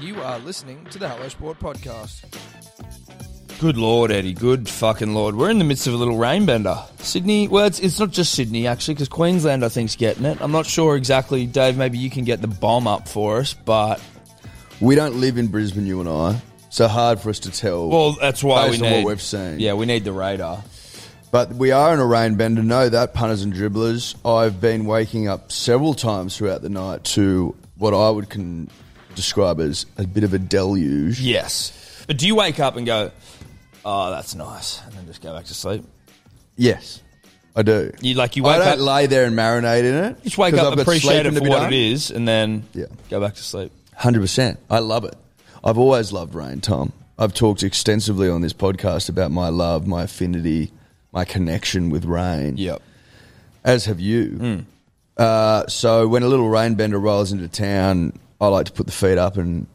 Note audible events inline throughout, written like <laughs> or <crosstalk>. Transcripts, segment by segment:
You are listening to the Hello Sport podcast. Good lord, Eddie. Good fucking lord. We're in the midst of a little rain bender. Sydney. Well, it's, it's not just Sydney actually, because Queensland I think's getting it. I'm not sure exactly, Dave. Maybe you can get the bomb up for us, but We don't live in Brisbane, you and I. So hard for us to tell. well, that's why based we on need. what we've seen. Yeah, we need the radar. But we are in a rain bender. Know that punters and dribblers. I've been waking up several times throughout the night to what I would can describe as a bit of a deluge. Yes. But do you wake up and go, "Oh, that's nice," and then just go back to sleep? Yes, I do. You like you I wake don't up, lay there and marinate in it. just wake up, appreciate it for what it is, and then Yeah. go back to sleep. Hundred percent. I love it. I've always loved rain, Tom. I've talked extensively on this podcast about my love, my affinity, my connection with rain. Yep. as have you. Hmm. Uh, so when a little rain bender rolls into town, I like to put the feet up and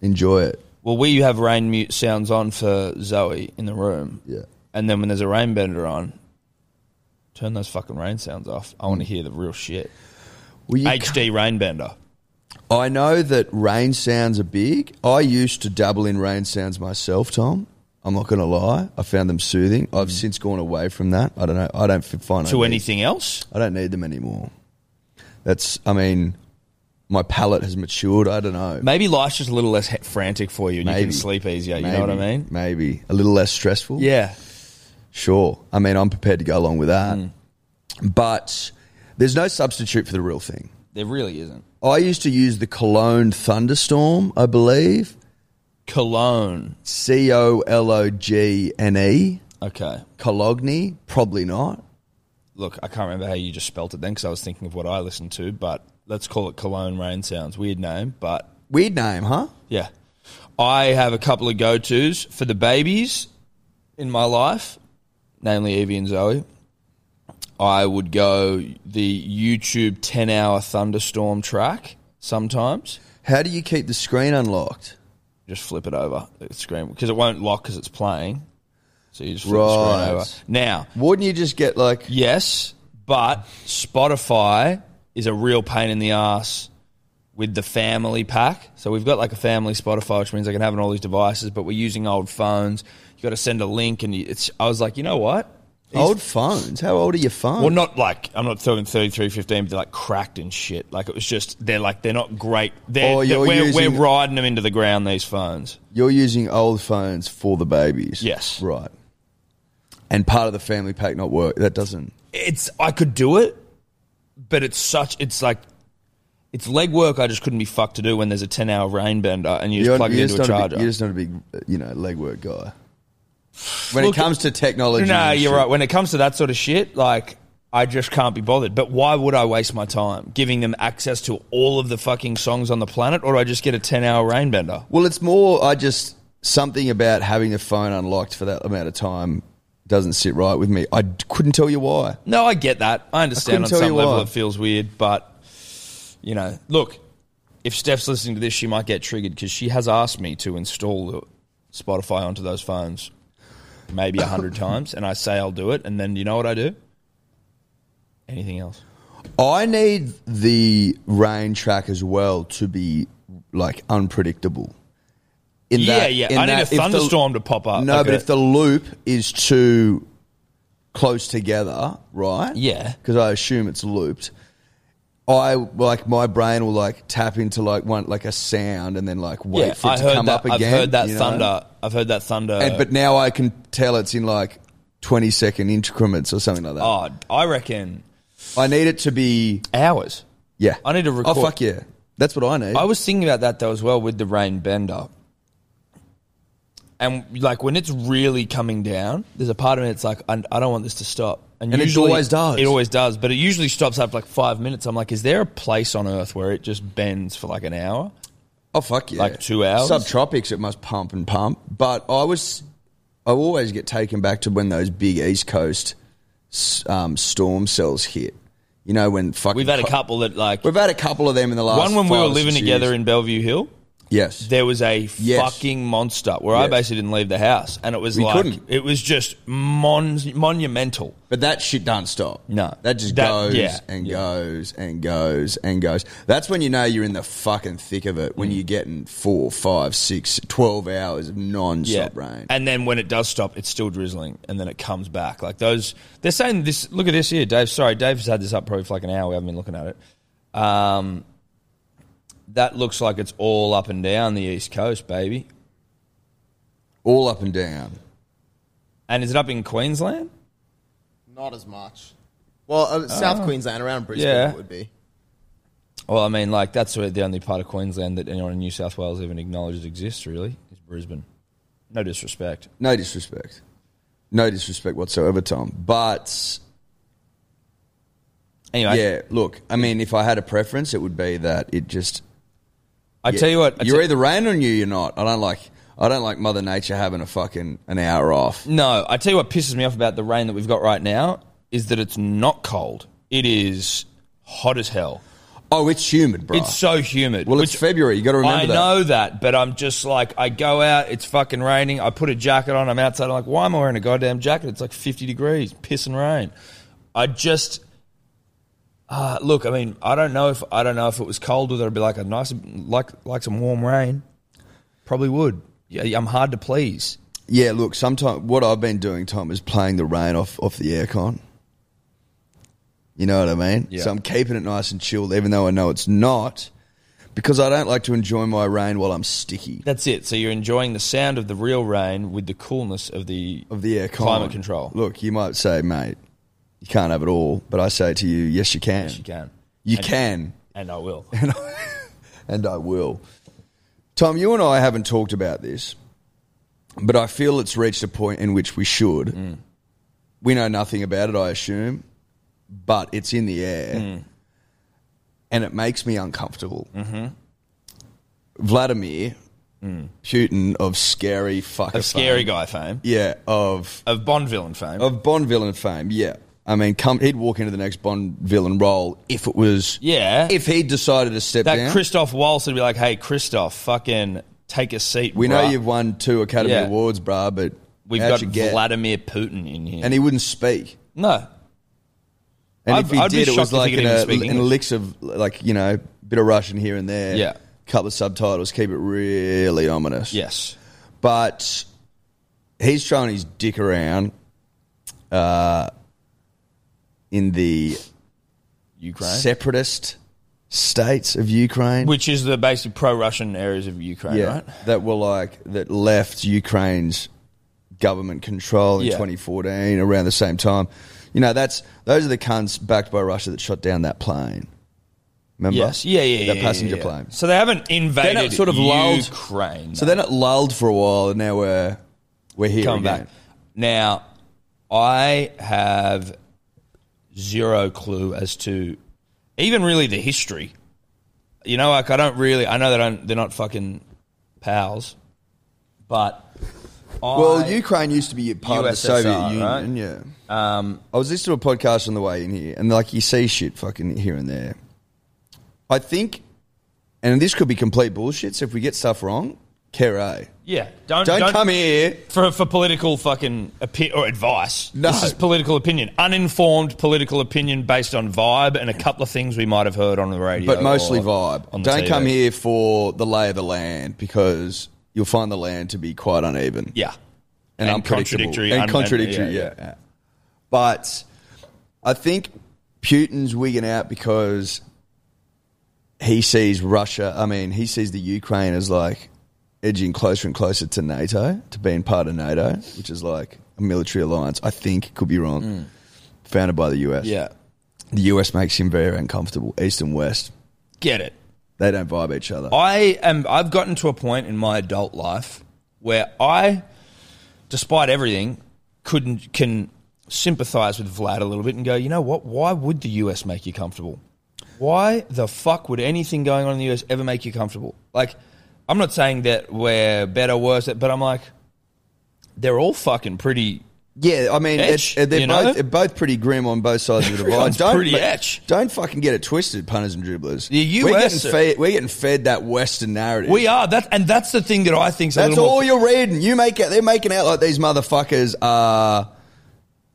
enjoy it. Well, we have rain mute sounds on for Zoe in the room. Yeah. And then when there's a rain bender on, turn those fucking rain sounds off. I want to hear the real shit. Well, you ca- HD rain bender. I know that rain sounds are big. I used to dabble in rain sounds myself, Tom. I'm not going to lie. I found them soothing. I've since gone away from that. I don't know. I don't f- find I Hmm. To need- anything else? I don't need them anymore. That's. I mean, my palate has matured. I don't know. Maybe life's just a little less he- frantic for you and you Maybe. can sleep easier. You Maybe. know what I mean? Maybe a little less stressful. Yeah. Sure. I mean, I'm prepared to go along with that. But there's no substitute for the real thing. There really isn't. I used to use the Cologne thunderstorm, I believe. Cologne. C O L O G N E. Okay. Cologne, probably not. Look, I can't remember how you just spelt it then because I was thinking of what I listened to, but let's call it Cologne Rain Sounds. Weird name, but Weird name, huh? Yeah. I have a couple of go tos for the babies in my life, namely Evie and Zoe. I would go the YouTube 10 hour thunderstorm track sometimes. How do you keep the screen unlocked? Just flip it over, the screen, because it won't lock because it's playing. So you just flip the Right. screen over. Now, Wouldn't you just get like. Yes, but Spotify is a real pain in the ass with the family pack. So we've got like a family Spotify, which means I can have it on all these devices, but we're using old phones. You got to send a link, and you- it's. I was like, you know what? Old phones. How old are your phones? Well, not like I'm not talking 33, 15, but they're like cracked and shit. Like it was just they're like they're not great. They're, Oh, they're- you're we're, using- we're riding them into the ground. These phones. You're using old phones for the babies. Yes. Right. And part of the family pack not work. That doesn't. it's I could do it, but it's such it's like it's legwork I just couldn't be fucked to do when there's a ten hour rain bender and you just plug it into a not charger. big, you're just not a big, you know, legwork guy. When Look, it comes to technology, no, and you're shit, right. When it comes to that sort of shit, like I just can't be bothered. But why would I waste my time giving them access to all of the fucking songs on the planet, or do I just get a ten hour rain bender? Well, it's more. I just something about having the phone unlocked for that amount of time doesn't sit right with me. I d- couldn't tell you why. No, I get that. I understand couldn't on tell some you level why. it feels weird, but you know, look, if Steph's listening to this, she might get triggered because she has asked me to install the Spotify onto those phones maybe a <laughs> hundred times, and I say I'll do it, and then you know what I do? Anything else? I need the rain track as well to be like unpredictable. In Yeah, yeah. I need a if the- thunderstorm to pop up. No, Like but a- if the loop is too close together, right? Yeah. because I assume it's looped. I like my brain will like tap into like one like a sound and then like wait for it I to heard come that. up again. I've heard that you know? thunder. uh, I've heard that thunder. And, but now I can tell it's in like twenty second increments or something like that. oh, I reckon I need it to be hours. yeah. I need to record- Oh fuck yeah, that's what I need. I was thinking about that though as well with the rain bender. And like when it's really coming down, there's a part of me that's like, I, I don't want this to stop. And it always does. It always does, but it usually stops after like five minutes. I'm like, is there a place on Earth where it just bends for like an hour? oh fuck yeah, Like two hours? Subtropics, it must pump and pump. But I was, I always get taken back to when those big East Coast s- um, storm cells hit. You know when fucking We've had a co- couple that like We've had a couple of them in the last. one when we five were or living six together years. in Bellevue Hill. Yes. there was a Yes. fucking monster where I Yes. basically didn't leave the house, and it was We like couldn't. it was just mon- monumental. But that shit don't stop. No. That just That- goes yeah, and yeah. goes and goes and goes. That's when you know you're in the fucking thick of it when Mm. you're getting four, five, six, twelve hours of non Yeah, stop rain. and then when it does stop, it's still drizzling, and then it comes back. Like those, they're saying this. Look at this here, Dave. Sorry, Dave's had this up probably for like an hour. We haven't been looking at it. Um, that looks like it's all up and down the east coast, baby. All up and down. And is it up in Queensland? Not as much. Well, uh, South Queensland around Brisbane Yeah. it would be. Well, I mean, like that's where the only part of Queensland that anyone in New South Wales even acknowledges exists. Really, is Brisbane. No disrespect. No disrespect. No disrespect whatsoever, Tom. But Anyway, yeah, look, I mean, if I had a preference, it would be that it just I tell you what, I you're tell- either raining on you, you're not. I don't like. I don't like Mother Nature having a fucking an hour off. no, I tell you what pisses me off about the rain that we've got right now is that it's not cold. It is hot as hell. Oh, it's humid, bro. It's so humid. well, it's which- February. You got to remember I that. know that, but I'm just like, I go out, it's fucking raining. I put a jacket on, I'm outside. I'm like, why am I wearing a goddamn jacket? It's like 50 degrees, pissing rain. I just. Uh, look, I mean, I don't know if I don't know if it was cold whether it'd be like a nice like like some warm rain. Probably would. Yeah, I'm hard to please. Yeah, look, sometimes what I've been doing, Tom, is playing the rain off, off the aircon. You know what I mean? Yeah. So I'm keeping it nice and chilled, even though I know it's not, because I don't like to enjoy my rain while I'm sticky That's it. So you're enjoying the sound of the real rain with the coolness of the of the aircon. climate control. Look, you might say, mate, you can't have it all, but I say to you, yes, you can. Yes, you can. You And- can, <laughs> And I will. and I will. Tom, you and I haven't talked about this, but I feel it's reached a point in which we should. Mm. We know nothing about it, I assume, but it's in the air, Mm. and it makes me uncomfortable. Mm-hmm. Vladimir Putin of scary fucker, Mm. Of scary fame. guy fame. yeah, of Of Bond villain fame. of Bond villain fame, yeah. I mean, come he'd walk into the next Bond villain role if it was yeah. if he decided to step that down. Christoph Waltz would be like, hey, Christoph, fucking take a seat. we know bruh. you've won two Academy Yeah. Awards, bruh, but We've how'd got you get? Vladimir Putin in here. and he wouldn't speak. no. And I'd- if he I'd be did, it shocked was if he like could in even a, speak in English. licks of like you know, bit of Russian here and there, Yeah. couple of subtitles, keep it really ominous. Yes. but he's throwing his dick around uh, in the Ukraine. separatist states of Ukraine. Which is the basic pro Russian areas of Ukraine, yeah, right? that were like that left Ukraine's government control in Yeah. 2014 around the same time. You know, that's those are the cunts backed by Russia that shot down that plane. Remember? Yes. Yeah, yeah, yeah. That yeah, passenger yeah. plane. So they haven't invaded Then it sort of lulled- Ukraine. So then it lulled for a while, and now we're we're here come again. back. Now, I have zero clue as to even really the history. You know, like I don't really. I know they don't. They're not fucking pals, but I, Well, Ukraine used to be part USSR, of the Soviet right? Um, Union. Yeah. I was listening to a podcast on the way in here, and like you see shit fucking here and there. I think, and this could be complete bullshit. So if we get stuff wrong, care a. yeah. Don't Don't, come here. for for political fucking opi- or advice. No. This is political opinion, uninformed political opinion based on vibe and a couple of things we might have heard on the radio, But mostly or vibe. on the Don't TV. come here for the lay of the land because you'll find the land to be quite uneven. Yeah, and, And unpredictable contradictory, and un- contradictory. and- yeah, yeah, but I think Putin's wigging out because he sees Russia. I mean, he sees the Ukraine as like edging closer and closer to NATO, to being part of NATO, which is like a military alliance. I think could be wrong. Founded by the US. Mm. yeah. the US makes him very uncomfortable. East and West, Get it. they don't vibe each other. I am. I've gotten to a point in my adult life where I, despite everything, couldn't can sympathise with Vlad a little bit and go, you know what? Why would the US make you comfortable? Why the fuck would anything going on in the US ever make you comfortable? Like, I'm not saying that we're better, worse, but I'm like, they're all fucking pretty Yeah, I mean, Etch, it's, uh, they're you know? both, they're both pretty grim on both sides of <laughs> the divide. Everyone's don't, pretty ma- etch. don't fucking get it twisted, punters and dribblers. The US we're getting, are- fed, we're getting fed that Western narrative. We are that, and that's the thing that I think. That's all you're reading. You make it. They're making out like these motherfuckers are.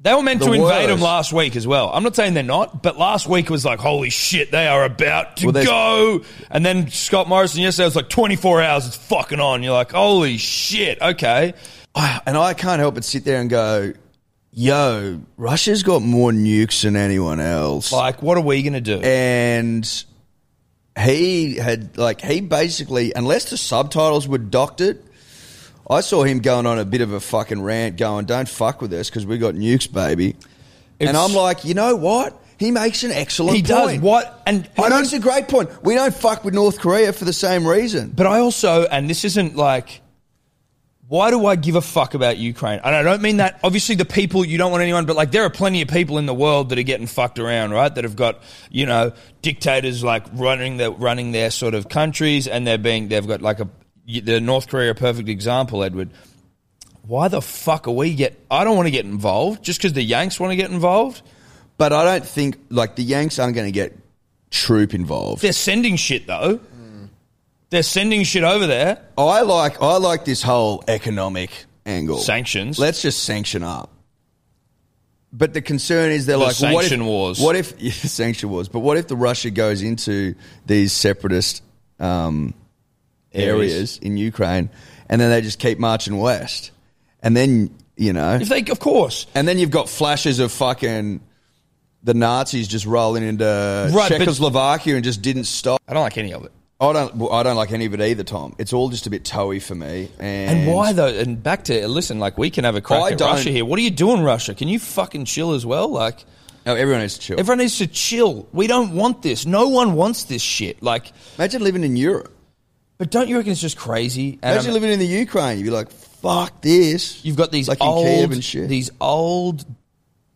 They were meant The to invade worst. them last week as well. I'm not saying they're not, but last week was like, holy shit, they are about to Well, there's- go. And then Scott Morrison yesterday was like, 24 hours, it's fucking on. You're like, holy shit, okay. And I can't help but sit there and go, "Yo, Russia's got more nukes than anyone else." Like, what are we going to do? and he had like he basically unless the subtitles were doctored i saw him going on a bit of a fucking rant going don't fuck with us because we got nukes baby and It's- i'm like you know what he makes an excellent he does point. what? And i know it's a great point we don't fuck with north korea for the same reason But I also, and this isn't like, why do I give a fuck about Ukraine? And I don't mean that. Obviously, the people you don't want anyone, but like there are plenty of people in the world that are getting fucked around, right? That have got you know dictators like running their running their sort of countries, and they're being they've got like a the North Korea a perfect example, Edward. Why the fuck are we get? I don't want to get involved just because the Yanks want to get involved. but i don't think like the yanks aren't going to get troop involved They're sending shit though. They're sending shit over there. Oh, i like i like this whole economic angle Sanctions. Let's just sanction up. But the concern is they're The like well, what if- sanction wars. What if <laughs> yeah, sanction wars? But what if the Russia goes into these separatist um, Areas. areas. in Ukraine, and then they just keep marching west, and then you know, If they, of course, and then you've got flashes of fucking the Nazis just rolling into Right, but- Czechoslovakia and just didn't stop. I don't like any of it. I don't. well, I don't like any of it either, Tom. It's all just a bit toey for me. And, And why though? And back to listen, like we can have a crack I at don't- Russia here. What are you doing, Russia? Can you fucking chill as well? Like No, Oh, everyone needs to chill. everyone needs to chill. We don't want this. No one wants this shit. Like, Imagine living in Europe. but don't you reckon it's just crazy? And Imagine I'm- living in the Ukraine, you'd be like, "Fuck this." you've got these like in old, Kiev and shit. these old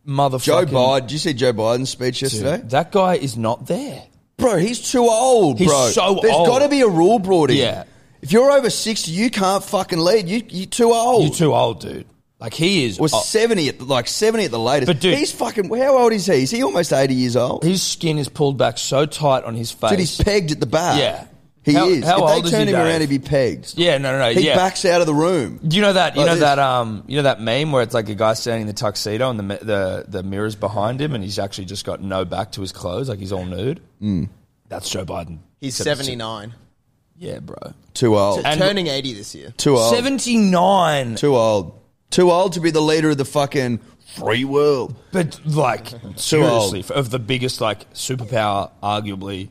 motherfucking Joe Biden. Did you see Joe Biden's speech yesterday, That guy is not there. bro? He's too old, He's bro. so There's old. got to be a rule brought in. Yeah. If you're over sixty, you can't fucking lead. You you're too old. You're too old, dude. Like he is. was old. seventy at like seventy at the latest. But dude- he's fucking. How old is he? Is he almost eighty years old? his skin is pulled back so tight on his face. Dude, he's pegged at the bar. Yeah. he How- is. how if old they is turn he, him Dave? around, he'd be pegged. yeah, no, no, no. He yeah. backs out of the room. Do you know that? You Like know this. that? Um, you know that meme where it's like a guy standing in the tuxedo and the mi- the the mirror's behind him, and he's actually just got no back to his clothes, like he's all nude. That's Joe Biden. He's Except it's- 79. Yeah, bro. Too old. And- turning 80 this year. Too old. Seventy nine. Too old. Too old to be the leader of the fucking free world. But like, seriously, f- of the biggest like superpower, arguably.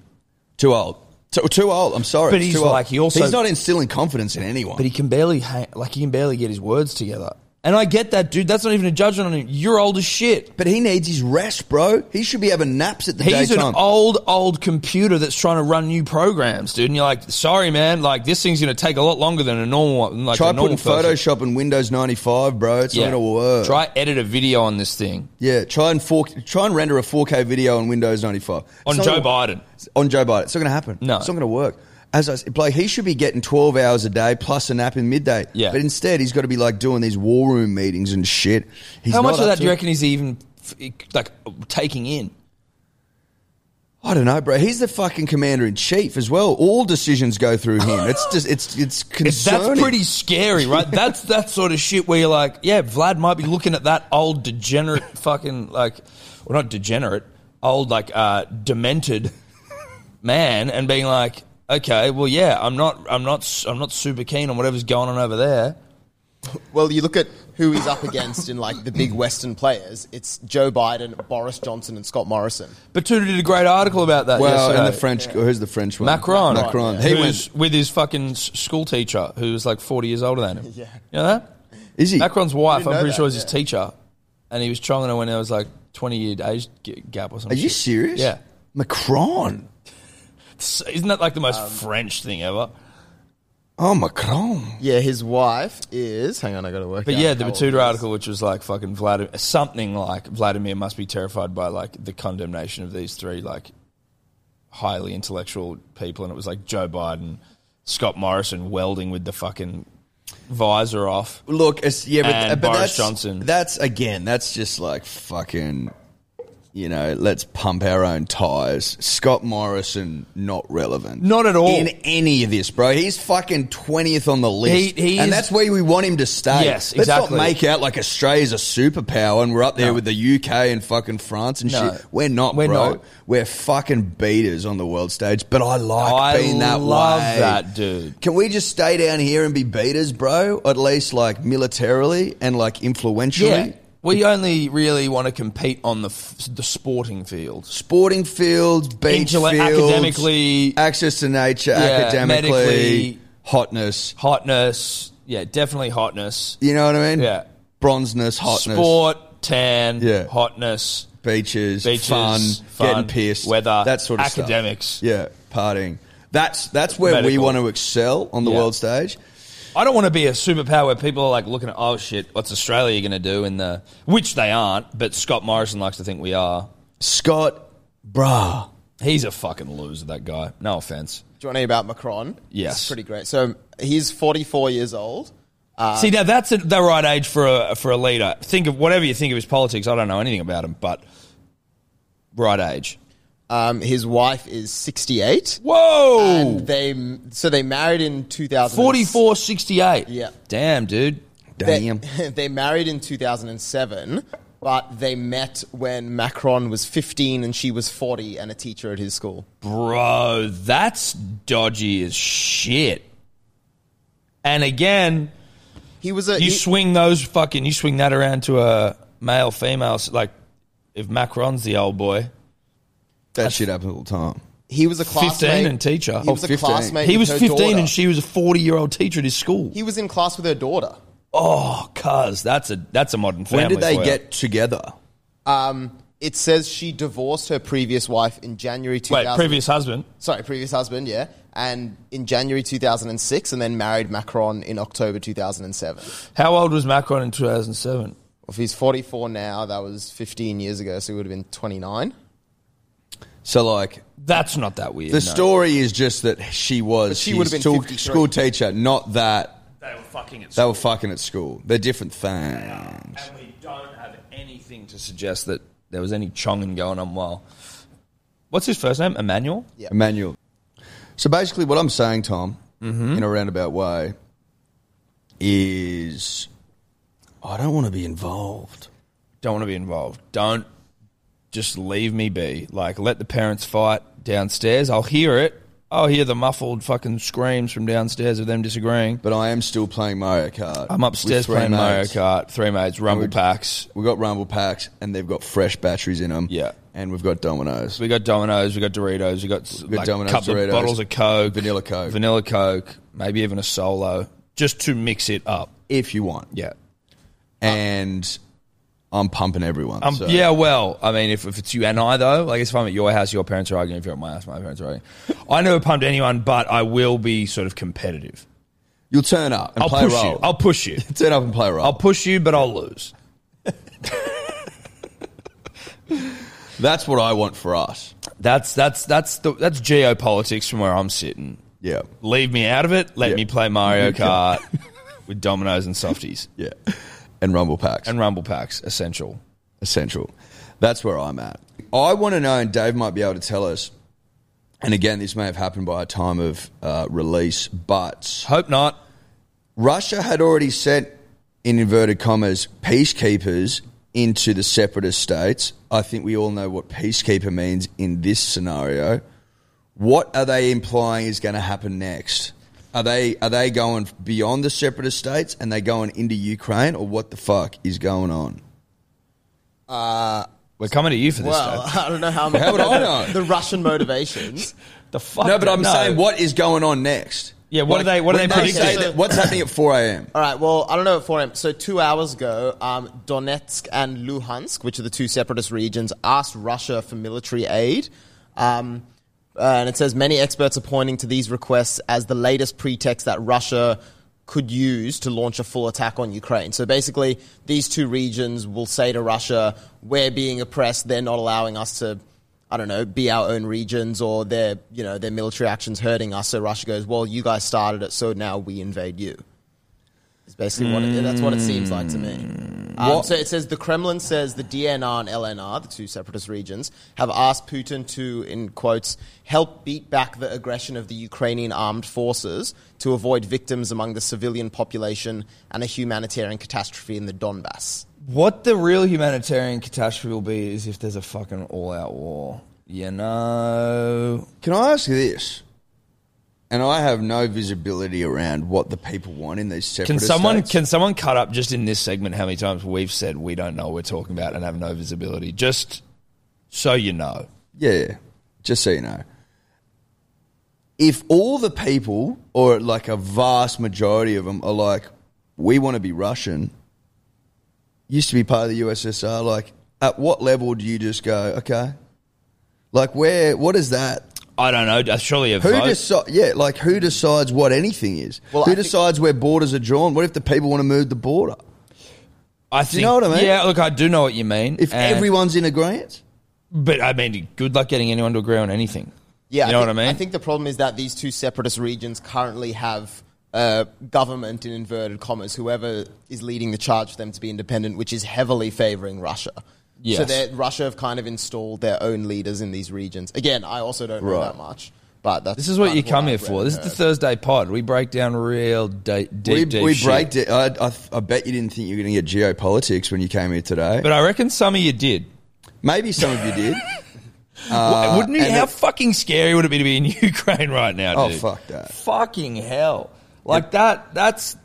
Too old. Too, too old. I'm sorry. But It's he's too old. like- he also- he's not instilling confidence in anyone. But he can barely hang, like he can barely get his words together. And I get that, dude. That's not even a judgment on him. You're old as shit. but he needs his rest, bro. He should be having naps at the He's daytime. an old, old computer that's trying to run new programs, dude. And you're like, sorry, man, like this thing's going to take a lot longer than a normal one. Like Try a normal putting person. Photoshop in Windows 95, bro. It's not gonna work. Try edit a video on this thing yeah, try and four, try and render a 4K video on Windows 95 It's on not Joe gonna- Biden. On Joe Biden, it's not gonna happen. No. it's not gonna work. As I s- like, he should be getting 12 hours a day plus a nap in midday. Yeah. but instead he's got to be like doing these war room meetings and shit. He's How much not of up that to do you it. reckon he's even f- like taking in? I don't know, bro. He's the fucking commander in chief as well. All decisions go <sighs> through him. It's just it's it's It's, concerning. that's pretty scary, right? that's <laughs> that sort of shit where you're like, yeah, Vlad might be looking at that old degenerate fucking like, well, not degenerate, old like uh, demented man, and being like, okay, well, yeah, I'm not, I'm not, s- I'm not super keen on whatever's going on over there. Well, you look at who he's up against in like the big Western players. It's Joe Biden, Boris Johnson, and Scott Morrison. But Tudor did a great article about that. Well, yesterday. and the French. Who's the French one? Macron, Macron. He He was went. with his fucking s- school teacher who was like 40 years older than him. <laughs> Yeah, you know that. Is he? Macron's wife, didn't I'm know pretty that, sure, is his yeah. teacher, and he was trying her when there was like 20 year age g- gap or Are something. you serious? Yeah, Macron. S- isn't that like the Um, most French thing ever? Oh, Macron. Yeah, his wife is. Hang on, I got to work. But out yeah, the how old Batuta he is. article, which was like fucking Vladimir, something like Vladimir must be terrified by like the condemnation of these three like highly intellectual people, and it was like Joe Biden, Scott Morrison welding with the fucking visor off. Look, it's, yeah, but, uh, And but Boris that's, Johnson. That's again. That's just like fucking. You know, let's pump our own tires. Scott Morrison not relevant, Not at all. in any of this, bro. He's fucking twentieth on the list, He- he and is- that's where we want him to stay. Yes, Let's exactly. not make out like Australia's a superpower and we're up there No. with the UK and fucking France and No. shit. We're not, We're bro. not. We're fucking beaters on the world stage. But I like I being that love way. that, dude. Can we just stay down here and be beaters, bro? At least like militarily and like influentially. We only really want to compete on the f- the sporting field. Sporting fields, beach Intellect- fields, academically- access to nature, academically, medically. hotness. Hotness, yeah, definitely hotness. You know what I mean? Yeah. bronzeness, hotness, Sport, tan, Yeah. hotness, beaches, beaches, fun, fun, getting pissed, weather, that sort of stuff. academics. Yeah, partying. That's that's where we Medical. want to excel on the Yeah. world stage. I don't want to be a superpower where people are like looking at, oh shit, what's Australia going to do in the, which they aren't, but Scott Morrison likes to think we are. Scott, bruh. He's a fucking loser, that guy. No offense. Do you want to hear about Macron? Yes. It's pretty great. So he's 44 years old. Uh, See, now that's a, the right age for a, for a leader. Think of whatever you think of his politics. I don't know anything about him, but right age. Um, his wife is 68. Whoa! And they so they married in 2000. 44, 68. Yeah. Damn, dude. They, Damn. <laughs> they married in 2007, but they met when Macron was 15 and she was 40 and a teacher at his school. Bro, that's dodgy as shit. And again, He was a you he- swing those fucking you swing that around to a male female s- like if Macron's the old boy, That shit happens all the time. He was a classmate. fifteen and teacher. He was a 15. classmate. He with was her fifteen daughter. and she was a forty year old teacher at his school. He was in class with her daughter. oh, cuz that's a that's a modern family. when did they for you. get together? Um, it says she divorced her previous wife in January 2000. wait previous husband? Sorry, previous husband, yeah. And in January 2006, and then married Macron in October 2007. How old was Macron in two thousand seven? If he's 44 now, that was 15 years ago, so he would have been 29. So like That's not that weird. the no. story is just that she was But she his would've been school, 53. school teacher, not that They were fucking at they school. were fucking at school. They're different things. and we don't have anything to suggest that there was any chonging going on while What's his first name? Emmanuel? Yeah. Emmanuel. So basically, what I'm saying, Tom, Mm-hmm. in a roundabout way, is I don't want to be involved. don't want to be involved. Don't just leave me be. Like, let the parents fight downstairs. I'll hear it. I'll hear the muffled fucking screams from downstairs of them disagreeing. But I am still playing Mario Kart. I'm upstairs with three playing Mario mates. Kart, three mates, rumble packs. We've got Rumble Packs, and they've got fresh batteries in them. Yeah. And we've got Dominoes. We got Dominoes, we got Doritos, we got, got like, Dominoes, couple Doritos, of bottles of Coke, Vanilla Coke. vanilla Coke, maybe even a solo, just to mix it up. If you want. Yeah. And I'm pumping everyone. Um, so. Yeah, well, I mean, if, if it's you and I, though, like if I'm at your house, your parents are arguing. If you're at my house, my parents are arguing. I never pumped anyone, but I will be sort of competitive. You'll turn up and I'll play push a role. you. I'll push you. turn up and play a role. I'll push you, but I'll lose. That's what I want for us. That's that's that's the that's geopolitics from where I'm sitting. Yeah. Leave me out of it. Let Yeah. me play Mario Kart with dominoes and softies Yeah. And Rumble Packs. and rumble packs. Essential. essential. That's where I'm at. I want to know, and Dave might be able to tell us. And again, this may have happened by a time of uh, release, but Hope not. Russia had already sent, in inverted commas, peacekeepers into the separatist states. I think we all know what peacekeeper means in this scenario. What are they implying is going to happen next? Are they are they going beyond the separatist states and they going into Ukraine, or what the fuck is going on? We're coming to you for this. Well, <laughs> Dave. I don't know how. How would I know? the Russian motivations? the fuck. No, but I'm no. saying what is going on next? Yeah, what are they- what are when they predicting? say that- what's happening at 4 a.m.? All right. Well, I don't know at 4 a.m. So two hours ago, um, Donetsk and Luhansk, which are the two separatist regions, asked Russia for military aid. Um, uh, and it says many experts are pointing to these requests as the latest pretext that Russia could use to launch a full attack on Ukraine. So basically, these two regions will say to Russia, "We're being oppressed. They're not allowing us to." I don't know, be our own regions or their, you know, their military actions hurting us. So Russia goes, well, you guys started it, so now we invade you. It's basically what it, that's what it seems like to me. Um, so it says the Kremlin says the DNR and LNR, the two separatist regions, have asked Putin to, in quotes, help beat back the aggression of the Ukrainian armed forces to avoid victims among the civilian population and a humanitarian catastrophe in the Donbass. What the real humanitarian catastrophe will be is if there's a fucking all-out war. You know, Can I ask you this? And I have no visibility around what the people want in these separate can someone states. can someone cut up just in this segment how many times we've said we don't know what we're talking about and have no visibility? Just so you know, Yeah, just so you know. If all the people, or like a vast majority of them, are like, we want to be Russian, used to be part of the USSR, like, at what level do you just go, okay? Like, where, what is that? I don't know. Surely a Who vote. decides? Yeah, like who decides what anything is? Well, who I think- decides where borders are drawn? What if the people want to move the border? I think, you know what I mean? Yeah, look, I do know what you mean. If and- everyone's in agreement, but I mean, good luck getting anyone to agree on anything. Yeah, you know I think, what I mean. I think the problem is that these two separatist regions currently have uh, government in inverted commas, whoever is leading the charge for them to be independent, which is heavily favoring Russia. So Yes. they're- Russia have kind of installed their own leaders in these regions. Again, I also don't know Right. that much, but that's this is what kind you of come here I've for. read This and is the heard. Thursday pod. We break down real da- deep, we, deep we shit. break it. I, I, I bet you didn't think you were going to get geopolitics when you came here today. But I reckon some of you did. Maybe some of you <laughs> did. Wha- Wouldn't you? Uh, and How it- fucking scary would it be to be in <laughs> Ukraine right now? Oh, Dude? fuck that. Fucking hell! Like that. That's.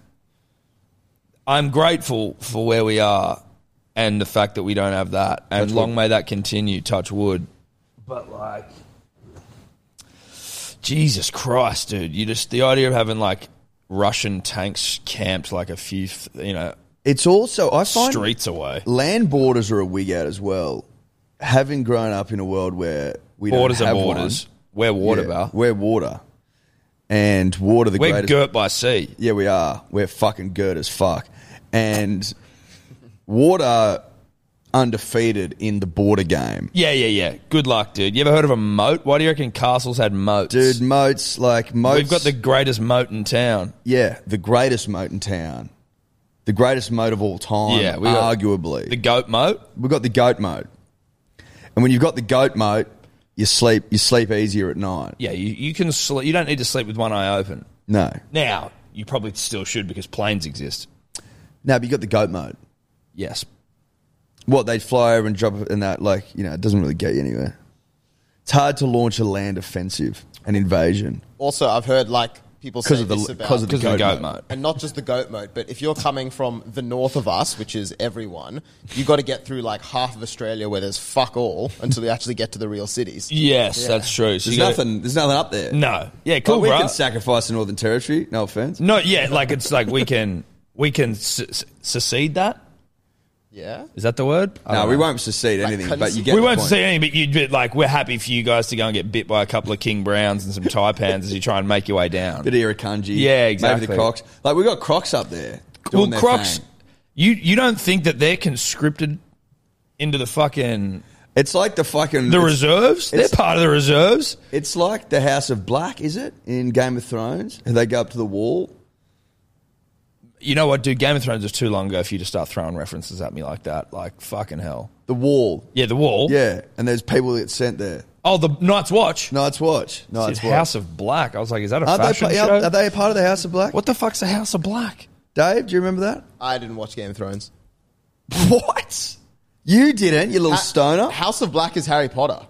I'm grateful for where we are, and the fact that we don't have that, and Touch long wood. may that continue. Touch wood. But like, Jesus Christ, dude! You just the idea of having like Russian tanks camped like a few, f- you know, It's also I find streets away. land borders are a wig out as well. Having grown up in a world where we Borders don't are have borders. one. We're water, Yeah, Bal. We're water, and water the We're greatest. girt by sea. Yeah, we are. We're fucking good as fuck. And water undefeated in the border game. Yeah, yeah, yeah. Good luck, dude. You ever heard of a moat? Why do you reckon castles had moats? Dude, moats like moats. we've got the greatest moat in town. yeah, the greatest moat in town, the greatest moat of all time. Yeah, we got- arguably The goat moat. we've got the goat moat. And when you've got the goat moat, you sleep you sleep easier at night. Yeah, you, you can sleep. You don't need to sleep with one eye open. No, Now you probably still should because planes exist. no, but you got the goat moat. Yes. What they fly over and drop it and that like you know it doesn't really get you anywhere. It's hard to launch a land offensive, an invasion. Also, I've heard like people say Because of the- this about because of Because of the Goat goat moat. moat. and not just the goat moat, but if you're coming from the north of us, which is everyone, you got to get through like half of Australia where there's fuck all until you actually get to the real cities. Yes, that's true. So There's you gotta- nothing. There's nothing up there. No. Yeah, Cool, cool, we bro. can sacrifice the Northern Territory. No offense. Not yet. Like it's like we can we can s- s- secede that. Yeah. Is that the word? I No, don't we know. won't secede anything. couldn't But see- you get. we the won't point. say anything, but you'd be like, we're happy for you guys to go and get bit by a couple of King Browns and some Taipans as you try and make your way down. Bit of Irukandji. Yeah, Maybe the exactly. Crocs. Like we got Crocs up there. Well, doing their Crocs, thing. you you don't think that they're conscripted into the fucking It's like the fucking. the it's, reserves? They're it's- part of the reserves. it's like the House of Black, is it? In Game of Thrones, And they go up to the wall. You know what, dude? Game of Thrones was too long ago for you to start throwing references at me like that. Like fucking hell. The wall. Yeah, the wall. Yeah, and there's people that sent there. Oh, the Night's Watch. Night's Watch. It's Night's Watch. House of Black. I was like, is that a Aren't they, fashion pa- show? are, are they a part of the House of Black? what the fuck's a House of Black? Dave? Do you remember that? <laughs> I didn't watch Game of Thrones. What? You didn't, you little Ha- stoner. House of Black is Harry Potter.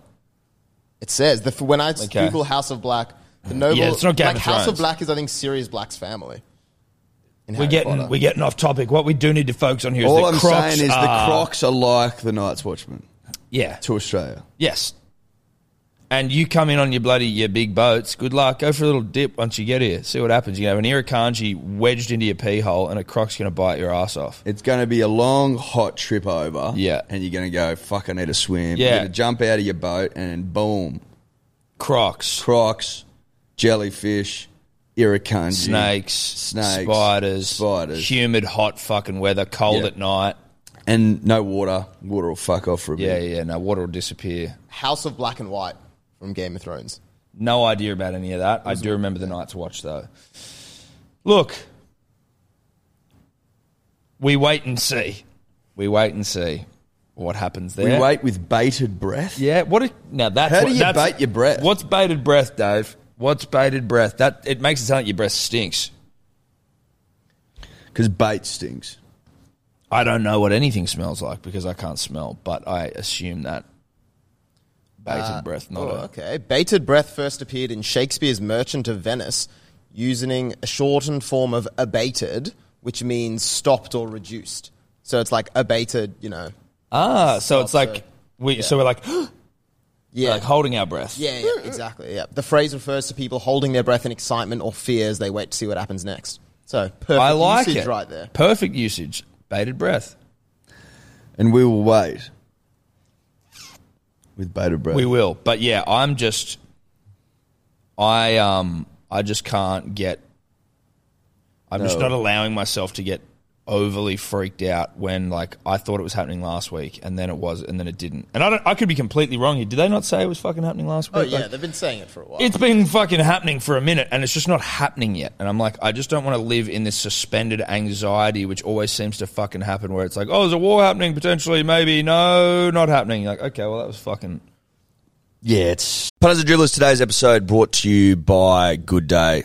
It says the, when I Okay. Google House of Black, the noble. Yeah, it's not Game like, of House of Thrones. Black is I think Sirius Black's family. in We're Harry getting Potter. we're getting off topic. What we do need to focus on here is All the I'm Crocs saying is are- the Crocs are like the Night's Watchman Yeah. to Australia. Yes. And you come in on your bloody your big boats. Good luck. Go for a little dip once you get here. See what happens. You can have an irukandji wedged into your pee hole, and a croc's going to bite your ass off. It's going to be a long, hot trip over. Yeah. And you're going to go, fuck, I need a swim. Yeah. You're going to jump out of your boat and boom, Crocs, crocs, jellyfish, irukandji. snakes, Snakes, spiders, spiders. humid, hot fucking weather, cold Yeah. at night. And no water. Water will fuck off for a Yeah, bit. yeah. No water will disappear. House of Black and White from Game of Thrones. No idea about any of that. I do remember the night's watch though. Look, we wait and see. We wait and see what happens there. We wait with bated breath. Yeah. What? A, now that's How what- do you that's- bait your breath? What's bated breath, Dave? What's bated breath? That it makes it sound like your breath stinks. Because bait stinks. I don't know what anything smells like because I can't smell, but I assume that bated breath, not Oh, a. okay. Bated breath first appeared in Shakespeare's Merchant of Venice, using a shortened form of abated, which means stopped or reduced. So it's like abated, you know. Ah, so it's Stop, like so- we. So we're like, <gasps> Yeah. like holding our breath. yeah, yeah, exactly. Yeah. The phrase refers to people holding their breath in excitement or fear as they wait to see what happens next. So perfect I like usage it. right there. Perfect usage. Bated breath. And we will wait with bated breath. We will. But yeah, I'm just I um I just can't get I'm just No. not allowing myself to get overly freaked out when like I thought it was happening last week and then it was and then it didn't. And I don't I could be completely wrong here. Did they not say it was fucking happening last week? Oh, yeah, Like, they've been saying it for a while. it's been fucking happening for a minute and it's just not happening yet. And I'm like, I just don't want to live in this suspended anxiety which always seems to fucking happen where it's like, oh, there's a war happening potentially, maybe, no, not happening. Like, okay, well, that was fucking Yeah, it's Punters and Dribblers. Today's episode brought to you by Good Day,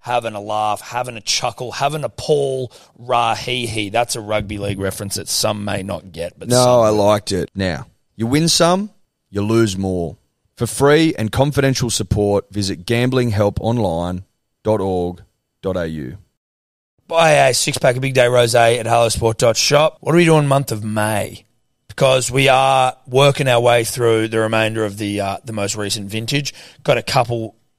having a laugh, having a chuckle, having a Paul Rahihi. That's a rugby league reference that some may not get, but No, I liked it. Now, you win some, you lose more. For free and confidential support, visit gamblinghelponline.org.au. buy a six pack of Big Day Rose at halosport.shop. What are we doing month of May? Because we are working our way through the remainder of the uh, the most recent vintage. Got a couple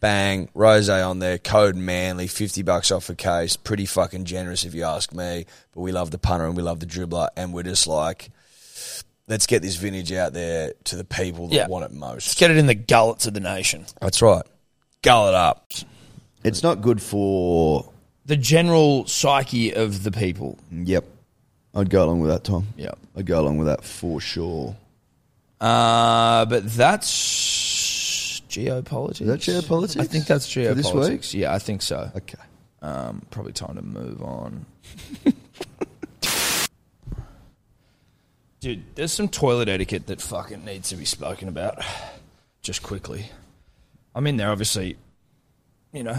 bang, rose on there, code manly, 50 bucks off a case. Pretty fucking generous if you ask me. But we love the punter and we love the dribbler. And we're just like, let's get this vintage out there to the people that Yeah. want it most. Let's get it in the gullets of the nation. That's right. Gull it up. It's not good for The general psyche of the people. Yep. I'd go along with that, Tom. Yep. I'd go along with that for sure. Uh, but that's geopolitics. Is that geopolitics? I think that's geopolitics. For this week? Yeah, I think so. Okay. Um, probably time to <laughs> move on. Dude, there's some toilet etiquette that fucking needs to be spoken about. Just quickly. I'm in there, obviously, you know,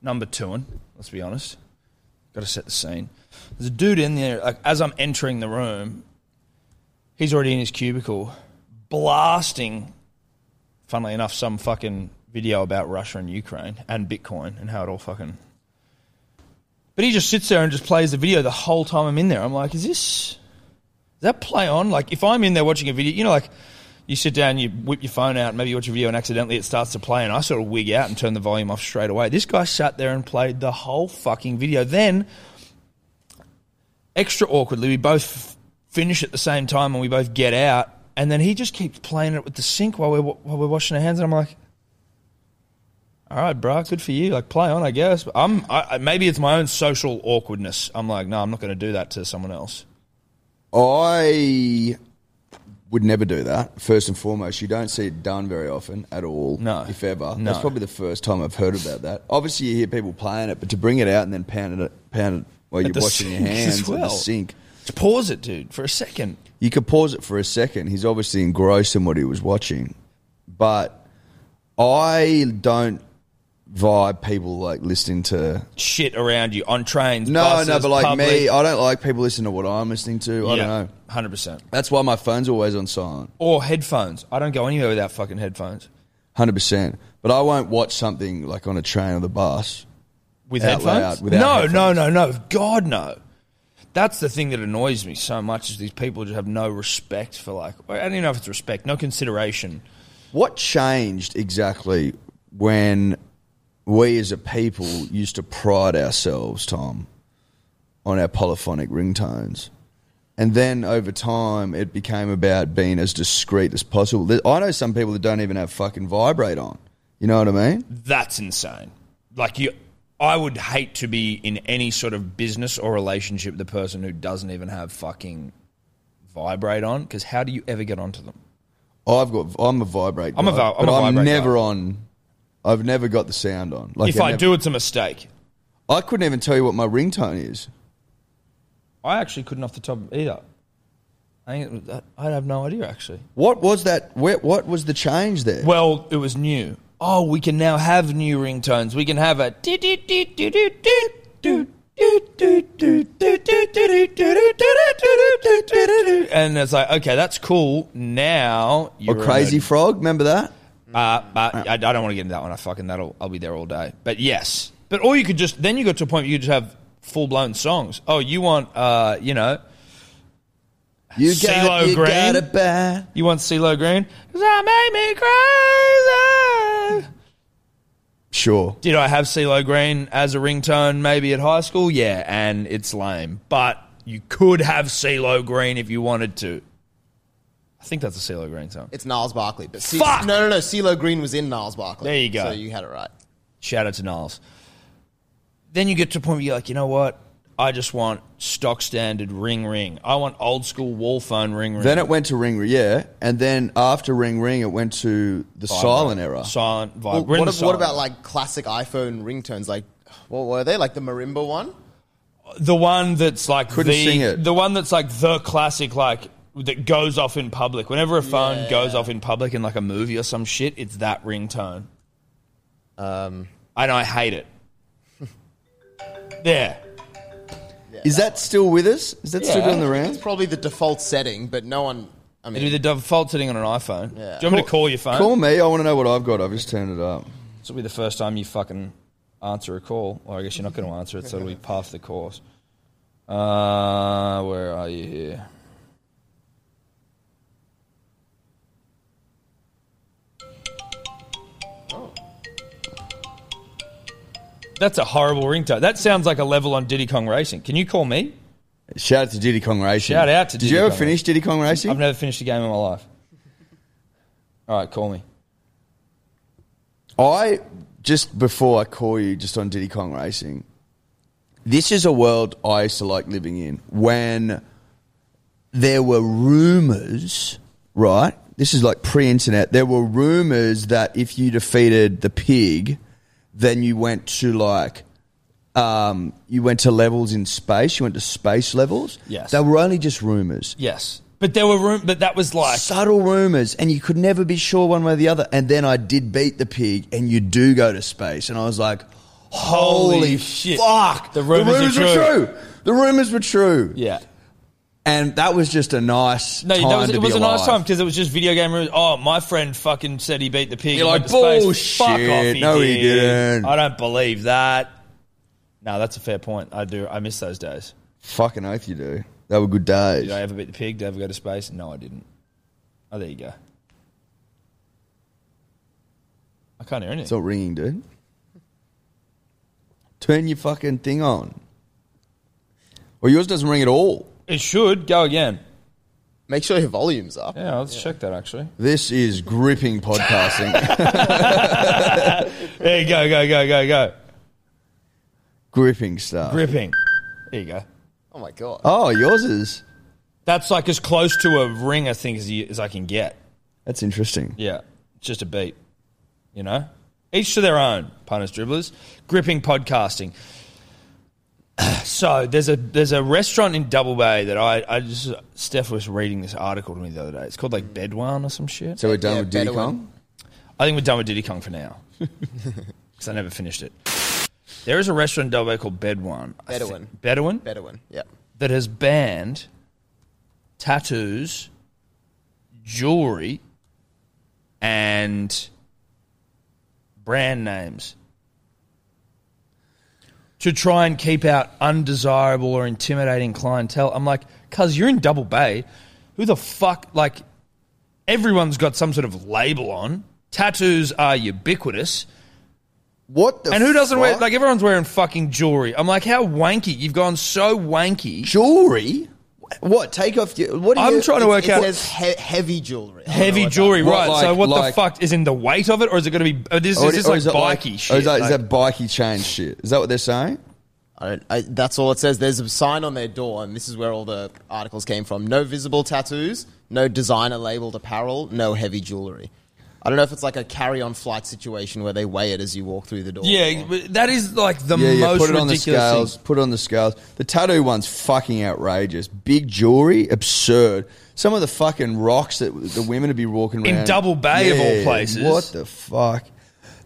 number two, and let's be honest. Got to set the scene. There's a dude in there, like, as I'm entering the room, He's already in his cubicle blasting, funnily enough, some fucking video about Russia and Ukraine and Bitcoin and how it all fucking. But he just sits there and just plays the video the whole time I'm in there. I'm like, is this. Does that play on? Like, if I'm in there watching a video, you know, like you sit down, you whip your phone out, maybe you watch a video, and accidentally it starts to play, and I sort of wig out and turn the volume off straight away. This guy sat there and played the whole fucking video. Then, extra awkwardly, we both f- finish at the same time and we both get out, and then he just keeps playing it with the sink while we're, wa- while we're washing our hands, and I'm like, all right, bro, good for you. Like, play on, I guess. But I'm I, I- maybe it's my own social awkwardness. I'm like, no, I'm not going to do that to someone else. I would never do that. First and foremost, you don't see it done very often at all. No. if ever. No. That's probably the first time I've heard about that. Obviously, you hear people playing it, but to bring it out and then pound it, pound it while At you're the washing your sink as hands at the well. sink. Just pause it, dude, for a second. You could pause it for a second. He's obviously engrossed in what he was watching, but I don't vibe people like listening to shit around you on trains. No, buses, no, but like public. me, I don't like people listening to what I'm listening to. I Yeah, don't know. hundred percent. That's why my phone's always on silent, Or headphones. I don't go anywhere without fucking headphones. hundred percent. But I won't watch something like on a train or the bus. With Out loud, headphones? without no, headphones. no, no, no. God no. That's the thing that annoys me so much is these people just have no respect for like I don't even know if it's respect, no consideration. What changed exactly when we as a people used to pride ourselves, Tom, on our polyphonic ringtones? And then over time, it became about being as discreet as possible. There- I know some people that don't even have fucking vibrate on. You know what I mean? That's insane. Like you I would hate to be in any sort of business or relationship with the person who doesn't even have fucking vibrate on because how do you ever get onto them? I've got. I'm a vibrate. I'm a guy, vi- I'm but a vibrate never guy. on. I've never got the sound on. Like if I never- do, it's a mistake. I couldn't even tell you what my ringtone is. I actually couldn't off the top either. I think it was that, I have no idea actually. What was that? Where, what was the change there? Well, it was new. Oh, we can now have new ringtones. We can have a. And it's like, okay, that's cool. or Now you're Crazy an- Frog? Remember that? Uh, but I, I don't want to get into that one. I fucking that'll I'll be there all day. But yes, but or you could just then you got to a point where you just have full blown songs. Oh, you want uh, you know, You CeeLo got, you Green? got it bad. You want CeeLo Green? 'Cause that made me crazy. Sure. Did I have CeeLo Green as a ringtone maybe at high school? Yeah, and it's lame. But you could have CeeLo Green if you wanted to. I think that's a CeeLo Green song. It's Niles Barkley. But C- Fuck! No, no, no. CeeLo Green was in Niles Barkley. There you go. So you had it right. Shout out to Niles. Then you get to a point where you're like, you know what? I just want stock standard ring ring. I want old school wall phone ring ring. Then it went to Ring Ring, yeah. And then after Ring Ring, it went to the silent era. Silent vibe. uh, Well, We're in what, the ab- what silent about era. like classic iPhone ringtones? Like, what were they? Like the marimba one? the one that's like Couldn't the, sing it. The one that's like the classic, like that goes off in public. Whenever a phone Yeah. goes off in public in like a movie or some shit, it's that ringtone, Um, and I hate <laughs> it. there, is that still with us? Is that still Yeah. doing the it's round? probably the default setting, but no one. I it'd be mean, the default sitting on an iPhone. Yeah. Do you want me to call your phone? Call me. I want to know what I've got. I've just turned it up. This will be the first time you fucking answer a call. Or I guess you're not going to answer it, so it'll be past the course. Uh, where are you here? That's a horrible ringtone. That sounds like a level on Diddy Kong Racing. Can you call me? Shout out to Diddy Kong Racing. Shout out to Did Diddy you ever Kong finish Diddy Kong Racing? I've never finished a game in my life. All right, call me. I just before I call you, just on Diddy Kong Racing. This is a world I used to like living in when there were rumors, right? This is like pre internet. There were rumors that if you defeated the pig, then you went to like, um, you went to levels in space. You went to space levels. Yes. They were only just rumors Yes, but there were room. But that was like subtle rumors, and you could never be sure one way or the other. And then I did beat the pig, and you do go to space, and I was like, "Holy, Holy shit. fuck! The rumours are were true. The rumors were true." yeah. And that was just a nice No, time that was, to it was be a nice alive. time because it was just video game rumors. Oh, my friend fucking said he beat the pig. You're like, in outer space. Fuck off, "Bullshit. he No, he did. didn't." I don't believe that. No, that's a fair point. I do. I miss those days. Fucking oath you do. They were good days. Did I ever beat the pig? Did I ever go to space? No, I didn't. Oh, there you go. I can't hear anything. It's not ringing, dude. Turn your fucking thing on. Well, yours doesn't ring at all. it should go again. Make sure your volume's up. Yeah, let's check that actually. This is gripping <laughs> podcasting. There you go, go, go, go, go. gripping stuff. Gripping. There you go. Oh my god. oh, yours is. That's like as close to a ring, I think, as, you, as I can get. That's interesting. Yeah, it's just a beat. You know, each to their own. Punters, dribblers, gripping podcasting. <clears throat> So there's a there's a restaurant in Double Bay that I, I just Steph was reading this article to me the other day. It's called like Bedouin or some shit. So we're done Yeah, with Diddy better Kong? I think we're done with Diddy Kong for now because I never finished it. There is a restaurant in Double Bay called Bedouin. I thi- Bedouin. Bedouin. Bedouin. Yeah. that has banned tattoos, jewelry, and brand names to try and keep out undesirable or intimidating clientele. I'm like, cuz you're in Double Bay. Who the fuck like everyone's got some sort of label on. Tattoos are ubiquitous. What the And who doesn't wear fuck? like everyone's wearing fucking jewelry. I'm like, how wanky. You've gone so wanky. jewelry? What? Take off your. What are I'm you, trying to work It out says he- heavy jewelry. I don't know heavy what jewelry, What, right? like- so what like- the fuck is in the weight of it, or is it going to be? oh, This Or is this or like it like- bikey shit. Or is, that, is like- that bikey chain shit? Is that what they're saying? I don't, I, that's all it says. There's a sign on their door, and this is where all the articles came from. No visible tattoos, no designer labeled apparel, no heavy jewelry. I don't know if it's like a carry-on flight situation where they weigh it as you walk through the door. yeah, Or- but that is like the Yeah, yeah. most Put it on the ridiculous. scales. thing. Put it on the scales. The tattoo one's fucking outrageous. Big jewelry, absurd. Some of the fucking rocks that the women would be walking In around Double Bay of all places. What the fuck?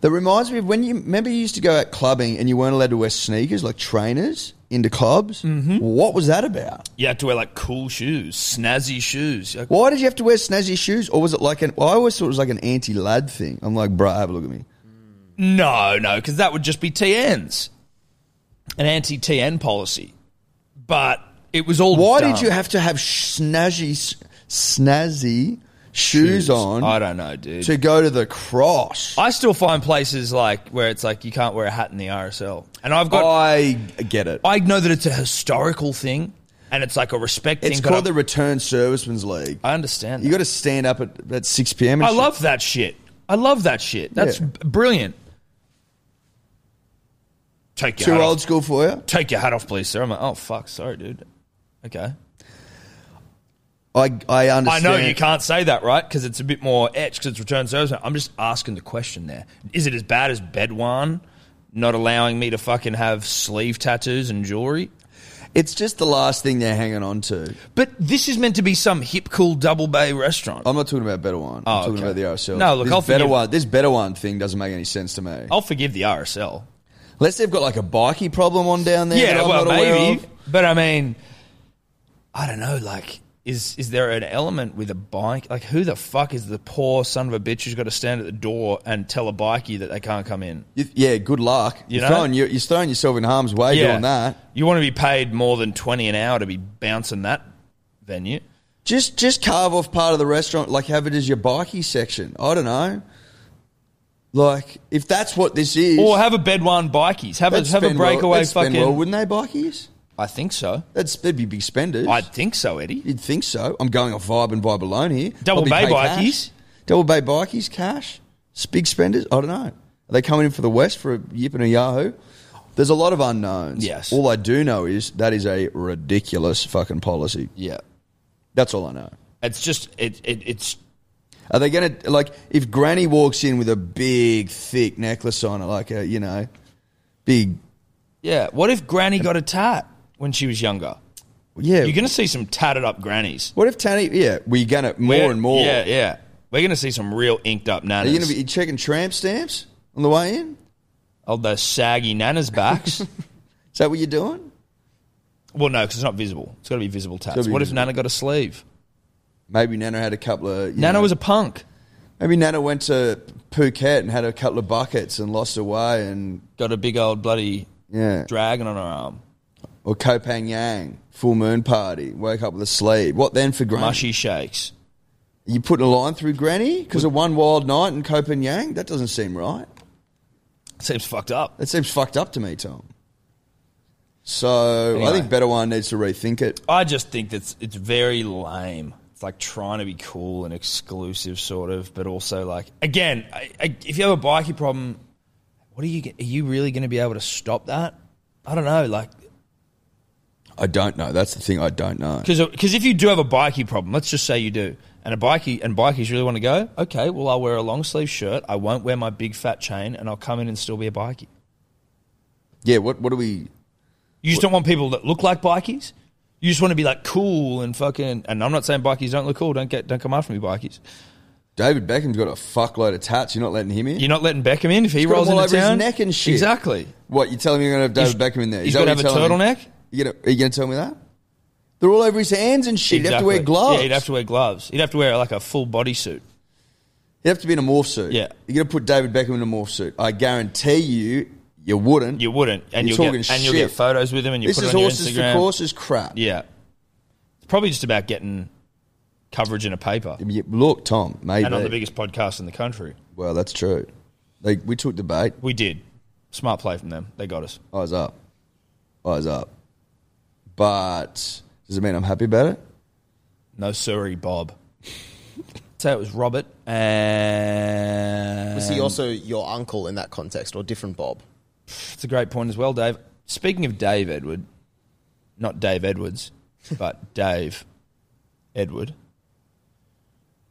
That reminds me of when you remember you used to go out clubbing and you weren't allowed to wear sneakers like trainers into clubs. Mm-hmm. What was that about? You have to wear like cool shoes, snazzy shoes. Like, Why did you have to wear snazzy shoes? Or was it like an? I always thought it was like an anti lad thing. I'm like, bruh, have a look at me. no, no, because that would just be TNs, an anti-TN policy. But it was all. Why dumb. did you have to have snazzy snazzy shoes, on? I don't know, dude. to go to the cross. I still find places like where it's like you can't wear a hat in the RSL, and I've got. I get it. I know that it's a historical thing, and it's like a respect It's thing. but called I- the Return Servicemen's League. I understand. You got that. to stand up at, at six pm. And I shit. love that shit. I love that shit. That's Yeah. b- brilliant. Take your too hat old Off. school for you. Take your hat off, please, sir. I'm like, oh fuck, sorry, dude. Okay. I I I understand. know you can't say that, right? Because it's a bit more etched because it's return service. I'm just asking the question there. Is it as bad as Bedouin not allowing me to fucking have sleeve tattoos and jewelry? It's just the last thing they're hanging on to. But this is meant to be some hip, cool double bay restaurant. I'm not talking about better one. I'm Oh, talking okay. about the RSL. No, look, this I'll better forgive- Oh. one. This better one thing doesn't make any sense to me. I'll forgive the RSL. Unless they've got like a bikey problem on down there. that Yeah, I'm well, not aware maybe. of. But I mean, I don't know. Like, is is there an element with a bike? Like, who the fuck is the poor son of a bitch who's got to stand at the door and tell a bikie that they can't come in? You- yeah, good luck. You You are know? throwing, you're, you're throwing yourself in harm's way doing that. You want to be paid more than twenty an hour to be bouncing that venue? Just just carve off part of the restaurant, like have it as your bikey section. I don't know. Like if that's what this is, Or have a bed one bikies. Have a that'd have a spend well- breakaway that'd spend fucking. well, wouldn't they, bikies? I think so. That'd, that'd be big spenders. I think so, Eddie. You'd think so. I'm going off vibe and vibe alone here. Double Probably Bay pay cash. bikies? double bay bikies, cash, It's big spenders. I don't know. Are they coming in for the West for a yip and a yahoo? There's a lot of unknowns. Yes. All I do know is that is a ridiculous fucking policy. Yeah. That's all I know. It's just it, it it's Are they going to like if Granny walks in with a big thick necklace on it, like a you know, big yeah. What if Granny got a tat when she was younger? yeah? You're gonna see some tatted up grannies. what if Tanny? Yeah, we're going to more We're- and more. Yeah, yeah. We're going to see some real inked up Are nanas. you going to be checking tramp stamps on the way in? <laughs> oh, those saggy nanas backs. Is that what you're doing? Well, no, because it's not visible. It's got to be visible tats. gotta be What if visible. Nana got a sleeve? Maybe Nana had a couple of. you Nana know, was a punk. Maybe Nana went to Phuket and had a couple of buckets and lost her way and Got a big old bloody yeah. dragon on her arm. Or Kopang Yang full moon party. Woke up with a sleeve. What then for Granny? Mushy shakes. You putting a line through Granny because of one wild night in Kopang Yang? That doesn't seem right. Seems fucked up. That seems fucked up to me, Tom. So I Anyway. think Better One needs to rethink it. I just think that's it's very lame. It's like trying to be cool and exclusive, sort of, but also like again, I, I, if you have a bikie problem, what are you? g- Are you really going to be able to stop that? I don't know. Like I don't know. That's the thing I don't know. Because if you do have a bikie problem, let's just say you do, and a bikie and bikies really want to go, okay, well I'll wear a long sleeve shirt, I won't wear my big fat chain, and I'll come in and still be a bikie. Yeah, what what do we You just don't want people that look like bikies. You just want to be like cool and fucking. And I'm not saying bikies don't look cool. Don't get don't come after me, bikies. David Beckham's got a fuckload of tats, you're not letting him in? You're not letting Beckham in if he He's got rolls them all into over his town. neck and shit. Exactly. What, you telling me you're gonna have David He's- Beckham in there? Is he's that gotta what have you're a telling me? turtleneck? You gonna, are you gonna tell me that? They're all over his hands and shit. He'd have to wear Exactly. gloves. Yeah, he'd have to wear gloves. He'd have to wear like a full bodysuit. He'd have to be in a morph suit. Yeah. You're gonna put David Beckham in a morph suit. I guarantee you you wouldn't. You wouldn't, and You're you'll get talking and you'll get shit. photos with him, and you this put is it on your horses Instagram. for courses crap. Yeah. It's probably just about getting coverage in a paper Yeah, Look, Tom, maybe. and on the biggest podcast in the country. well, that's true. Like we took the bait. We did. Smart play from them. They got us. I was Oh, up. I was up. But does it mean I'm happy about it? No sorry, Bob. so it was Robert and Was Um, he also your uncle in that context, or different Bob? It's a great point as well, Dave. Speaking of Dave Edward, not Dave Edwards, but Dave Edward.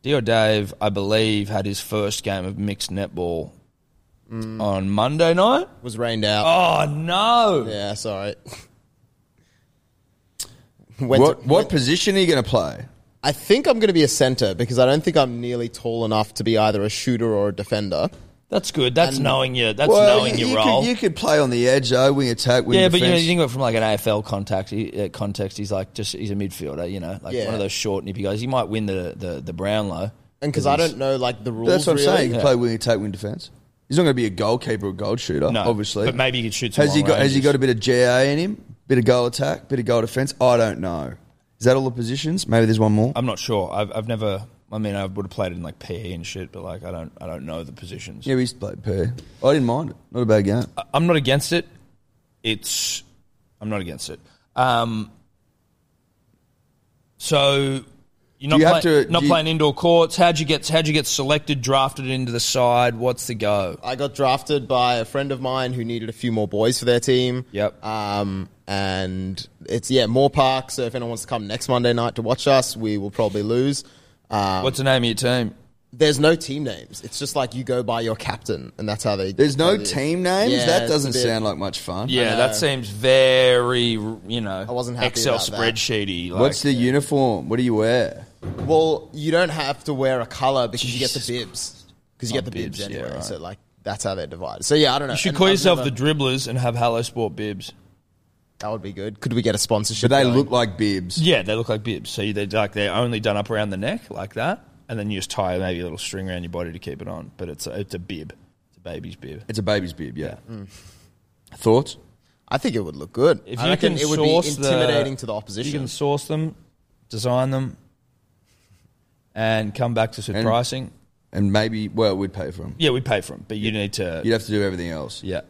Dear Dave, I believe had his first game of mixed netball Mm. on Monday night. Was rained out. Oh no! Yeah, sorry. <laughs> What what position are you going to play? I think I'm going to be a center because I don't think I'm nearly tall enough to be either a shooter or a defender. That's good. That's knowing your that's knowing you, your you role. Could, you could play on the edge, though, wing attack, wing yeah, but defense. you know, you think about it from like an AFL context. He, uh, context, he's like just he's a midfielder. You know, like Yeah. one of those short nippy guys. He might win the the, the Brownlow. And because I don't know like the rules. that's what I'm really. saying. You can Yeah. play wing attack, wing defense. He's not going to be a goalkeeper or goal shooter, No, obviously. but maybe he could shoot. Some has he long got has he ranges. got a bit of GA in him? Bit of goal attack, bit of goal defense. I don't know. Is that all the positions? Maybe there's one more. I'm not sure. I've I've never. I mean, I would have played in like PE and shit, but like I don't I don't know the positions. yeah, we used to play pair. I didn't mind it. Not a bad game. I- I'm not against it. It's I'm not against it. Um. So you're not you play, have to- not do you- playing indoor courts. How'd you get How'd you get selected, drafted into the side? What's the go? I got drafted by a friend of mine who needed a few more boys for their team. Yep. Um, and it's yeah, more park. So if anyone wants to come next Monday night to watch us, we will probably lose. Um, What's the name of your team? there's no team names. It's just like you go by your captain, and that's how they. There's how no they- team names. Yeah, that it's a doesn't bit- sound like much fun. Yeah, know. that seems very you know. I wasn't happy Excel about that. spreadsheety. Like, What's the uniform? What do you wear? Well, you don't have to wear a color because Jesus you get the bibs. Because you Oh, get the bibs, bibs, yeah, anyway. right. So like that's how they're divided. So yeah, I don't know. You should And call I've yourself never- the Dribblers and have Hello Sport bibs. That would be good. Could we get a sponsorship? But they going? look like bibs. Yeah, they look like bibs. So you- they're like they're only done up around the neck like that, and then you just tie maybe a little string around your body to keep it on. But it's a, it's a bib, it's a baby's bib. It's a baby's bib, yeah. Thoughts? I think it would look good. If I you reckon can it would be source the- intimidating to the You opposition. can source them, design them, and come back to us with And- pricing. And maybe, well, we'd pay for them. Yeah, we pay for them, but you need to. You'd have to do everything else. yeah.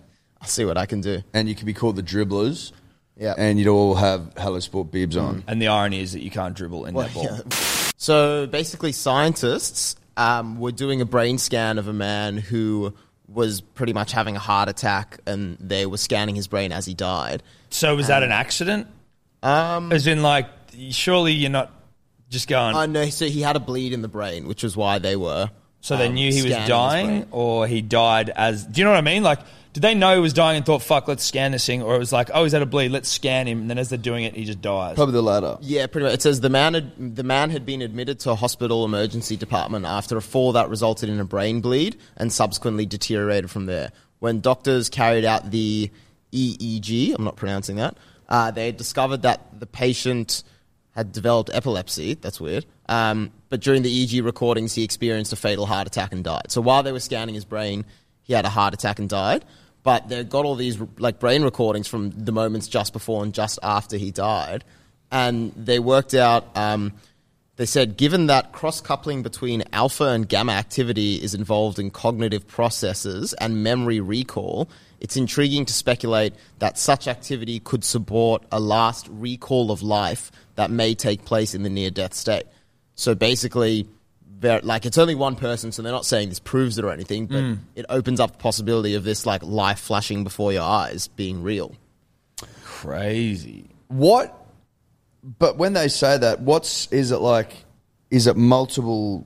I'll see what I can do. And you could be called the dribblers, Yeah. and you'd all have Hello Sport bibs on. And the irony is that you can't dribble in <laughs> Well, netball. yeah. So basically, scientists um, were doing a brain scan of a man who was pretty much having a heart attack, and they were scanning his brain as he died. So was that Uh, an accident? Um, As in, like, surely you're not just going. Uh, no, so he had a bleed in the brain, which is why they were. so they um, knew he was scanning his dying, brain. or he died as. Do you know what I mean? Like, did they know he was dying and thought, "Fuck, let's scan this thing," or it was like, "Oh, he's had a bleed, let's scan him," and then as they're doing it, he just dies. Probably the latter. Yeah, pretty much. It says the man had, the man had been admitted to a hospital emergency department after a fall that resulted in a brain bleed and subsequently E deteriorated from there. When doctors carried out the EEG, I'm not pronouncing that, Uh, they discovered that the patient had developed epilepsy. That's weird. Um, but during the EEG recordings, he experienced a fatal heart attack and died. So while they were scanning his brain, he had a heart attack and died. But they got all these like brain recordings from the moments just before and just after he died, and they worked out. Um, they said, given that cross coupling between alpha and gamma activity is involved in cognitive processes and memory recall, it's intriguing to speculate that such activity could support a last recall of life that may take place in the near death state. So basically, they're- like it's only one person, so they're not saying this proves it or anything, but it opens up the possibility of this like life flashing before your eyes being real. Crazy. What? But when they say that, what's is it like? Is it multiple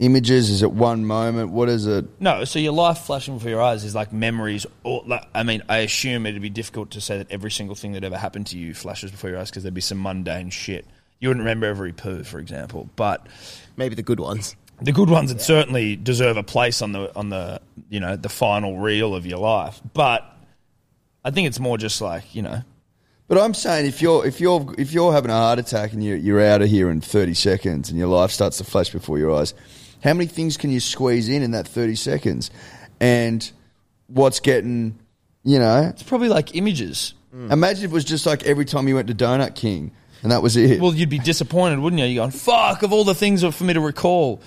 images? Is it one moment? What is it? No, so your life flashing before your eyes is like memories. Or like, I mean, I assume it'd be difficult to say that every single thing that ever happened to you flashes before your eyes because there'd be some mundane shit. You wouldn't remember every poo, for example, but Maybe the good ones. the good ones that certainly deserve a place on the on the you know the final reel of your life. But I think it's more just like you know But I'm saying if you're if you're if you're having a heart attack and you're you're out of here in 30 seconds and your life starts to flash before your eyes, how many things can you squeeze in in that 30 seconds? And what's getting, you know? it's probably like images. Imagine if it was just like every time you went to Donut King and that was it. Well, you'd be disappointed, wouldn't you? You're going fuck of all the things for me to recall.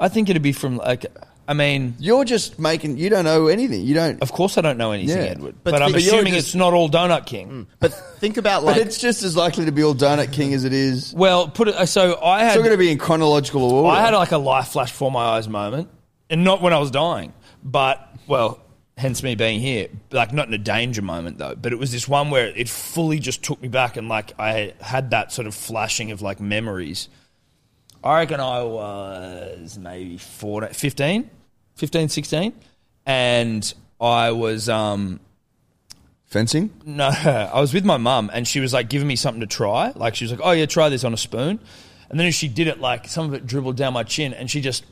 I think it'd be from like I mean. you're just making you don't know anything. You don't. Of course, I don't know anything, Yeah. Edward. But But, I'm the- you're assuming just- Mm. it's not all Donut King. But think about <laughs> But like it's just as likely to be all Donut King as it is. Well, put it so I It's had not going to be in chronological order. I had like a life flash before my eyes moment, and not when I was dying, but well, hence me being here. Like not in a danger moment though, but it was this one where it fully just took me back, and like I had that sort of flashing of like memories. I reckon I was maybe 14, 15, 15, 16, and I was um fencing. No, <laughs> I was with my mum and she was like giving me something to try. Like she was like, "Oh yeah, try this on a spoon," and then she did it. Like some of it dribbled down my chin, and she just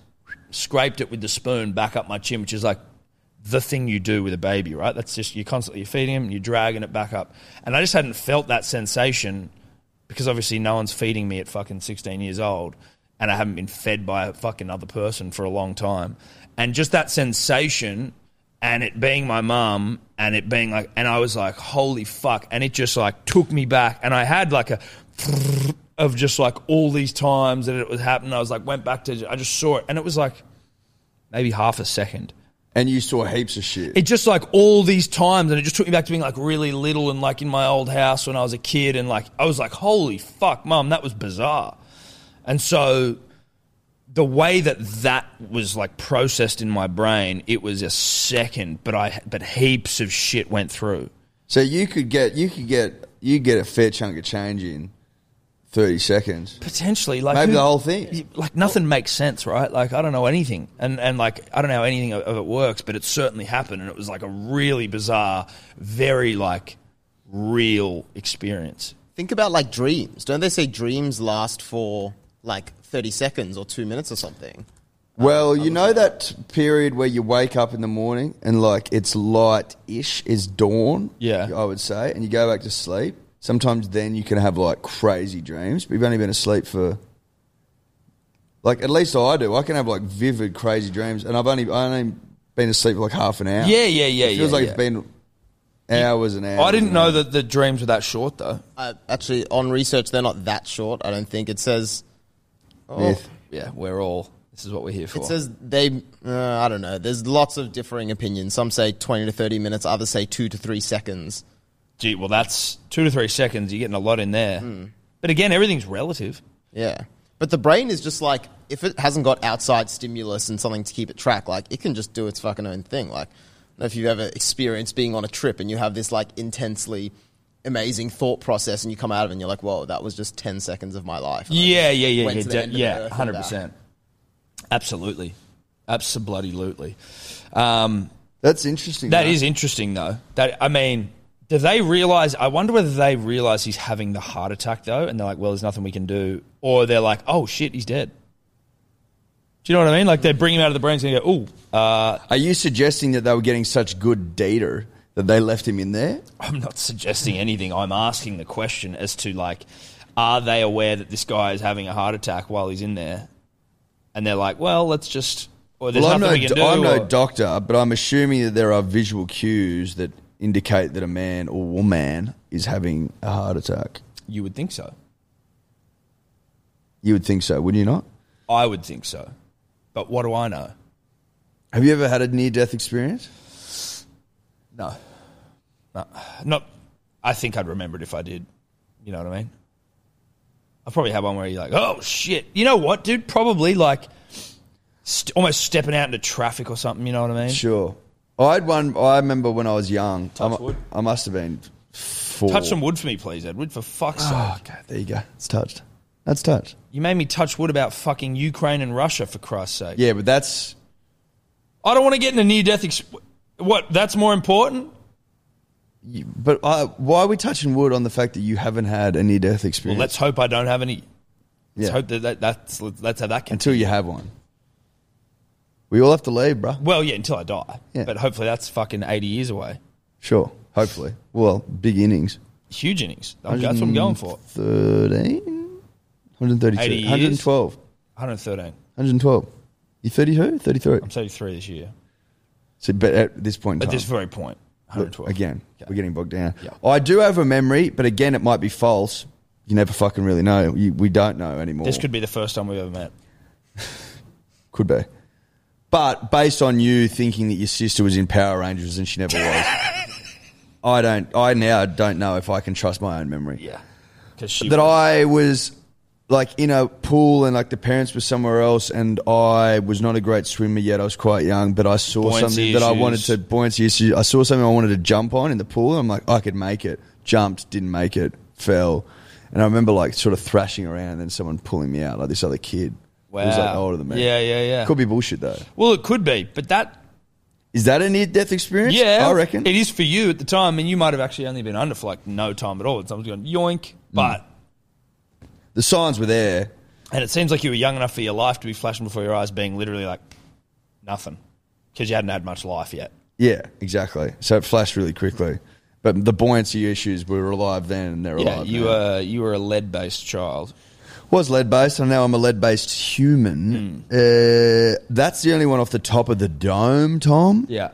scraped it with the spoon back up my chin, which is like the thing you do with a baby, right? That's just you're constantly feeding him, you're dragging it back up, and I just hadn't felt that sensation because obviously no one's feeding me at fucking 16 years old, and I haven't been fed by a fucking other person for a long time, and just that sensation and it being my mum and it being like and I was like holy fuck and it just like took me back and I had like a <laughs> of just like all these times that it was happening I was like went back to I just saw it and it was like maybe half a second And you saw heaps of shit. it just like all these times and it just took me back to being like really little and like in my old house when I was a kid and like I was like holy fuck mum that was bizarre and so the way that that was like processed in my brain it was a second but I but heaps of shit went through so you could get you could get you get a fair chunk of change in thirty seconds. potentially like Maybe who- the whole thing. like nothing makes sense right like i don't know anything and and like i don't know how anything of, of it works but it certainly happened and it was like a really bizarre very like real experience Think about like dreams. Don't they say dreams last for like 30 seconds or two minutes or something? Well, you know that period where you wake up in the morning and like it's light ish is dawn. Yeah. I would say, and you go back to sleep. Sometimes then you can have like crazy dreams, but you've only been asleep for like at least I do. I can have like vivid crazy dreams, and I've only I only been asleep for like half an hour. Yeah, yeah, yeah, It feels yeah, like yeah. it's been hours and hours. i didn't and know hours. that the dreams were that short though Uh, actually, on research, they're not that short. I don't think it says. Oh, Myth. yeah we're all this is what we're here for It says they. Uh, I don't know. There's lots of differing opinions. Some say 20 to 30 minutes. Others say two to three seconds. gee well that's two to three seconds you're getting a lot in there but again everything's relative Yeah, but the brain is just like if it hasn't got outside stimulus and something to keep it track, like it can just do its fucking own thing. Like, I don't know if you've ever experienced being on a trip and you have this like intensely amazing thought process, and you come out of it and you're like, "Whoa, that was just 10 seconds of my life." And I yeah just yeah yeah went yeah to the de- end of the yeah earth and 100% absolutely absolutely um That's interesting. That though. is interesting, though. That I mean, do they realize? I wonder whether they realize he's having the heart attack though, and they're like, "Well, there's nothing we can do," or they're like, "Oh shit, he's dead." Do you know what I mean? Like they bring him out of the brain and go, "Oh, uh, Are you suggesting that they were getting such good data that they left him in there? I'm not suggesting anything. I'm asking the question as to like, are they aware that this guy is having a heart attack while he's in there? And they're like, well, let's just. Or there's well, I'm no, nothing we can do. I'm no or- doctor, but I'm assuming that there are visual cues that indicate that a man or woman is having a heart attack. you would think so. You would think so, wouldn't you not? I would think so. But what do I know? Have you ever had a near death experience? No. No. Not. I think I'd remember it if I did. You know what I mean? I probably have one where you're like, oh shit. You know what, dude? Probably like st- almost stepping out into traffic or something. You know what I mean? Sure. I had one. I remember when I was young. I mu- wood. I must have been four. Touch some wood for me, please, Edward. For fuck's sake. Oh, God, there you go. It's touched. That's touched. You made me touch wood about fucking Ukraine and Russia, for Christ's sake. Yeah, but that's I don't want to get in a near death. Ex- what? That's more important? You- But I, why are we touching wood on the fact that you haven't had a near death Well, experience? let's hope I don't have any. Let's Yeah. hope that, that that's let's have that. Can- until you have one. We all have to leave, bruh. well, yeah, until I die. Yeah. But hopefully that's fucking eighty years away. Sure, hopefully. Well, big innings. Huge innings. I'm- That's what I'm going for. 13? 132. 80 years? 112. 113. 112. You 32? 33. I'm 33 this year. So, but at this point in At time. this very point, look, 112. again, Okay. we're getting bogged down. Yeah. I do have a memory, but again, it might be false. You never fucking really know. You, we don't know anymore. This could be the first time we've ever met. Could be. But based on you thinking that your sister was in Power Rangers and she never <laughs> was, I don't. I now don't know if I can trust my own memory. Yeah. Because she. That I was like in a pool and like the parents were somewhere else, and I was not a great swimmer yet. I was quite young, but I saw Buoyancy something that I issues. wanted to buoyancy issues. I saw something I wanted to jump on in the pool. And I'm like, I could make it. Jumped, didn't make it, fell, and I remember like sort of thrashing around, and then someone pulling me out, like this other kid. who wow. was like older than me. Yeah, yeah, yeah. Could be bullshit though. Well, it could be, but that Is that a near death experience? Yeah, I reckon. it is for you at the time, and you might have actually only been under for like no time at all. And someone's going Mm. yoink, but The signs were there. and it seems like you were young enough for your life to be flashing before your eyes, being literally like nothing because you hadn't had much life yet. Yeah, exactly. So it flashed really quickly. But the buoyancy issues were alive then and they're Yeah, alive. you now. were you were a lead based child. was lead based, and now I'm a lead based human. Hmm. Uh, that's the only one off the top of the dome, Tom. Yeah,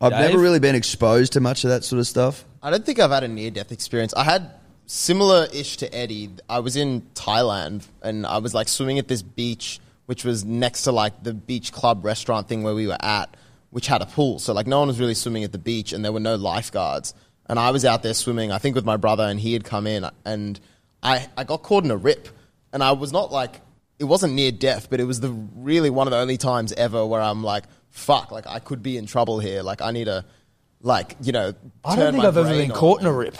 I've Dave? never really been exposed to much of that sort of stuff. I don't think I've had a near death experience. I had similar ish to Eddie. I was in Thailand and I was like swimming at this beach, which was next to like the beach club restaurant thing where we were at, which had a pool. So like no one was really swimming at the beach and there were no lifeguards. And I was out there swimming, I think with my brother, and he had come in and I, I got caught in a rip. And I was not like, it wasn't near death, but it was the really one of the only times ever where I'm like, fuck, like I could be in trouble here. Like I need to, like, you know, I don't turn think my I've ever brain been on. caught in a rip.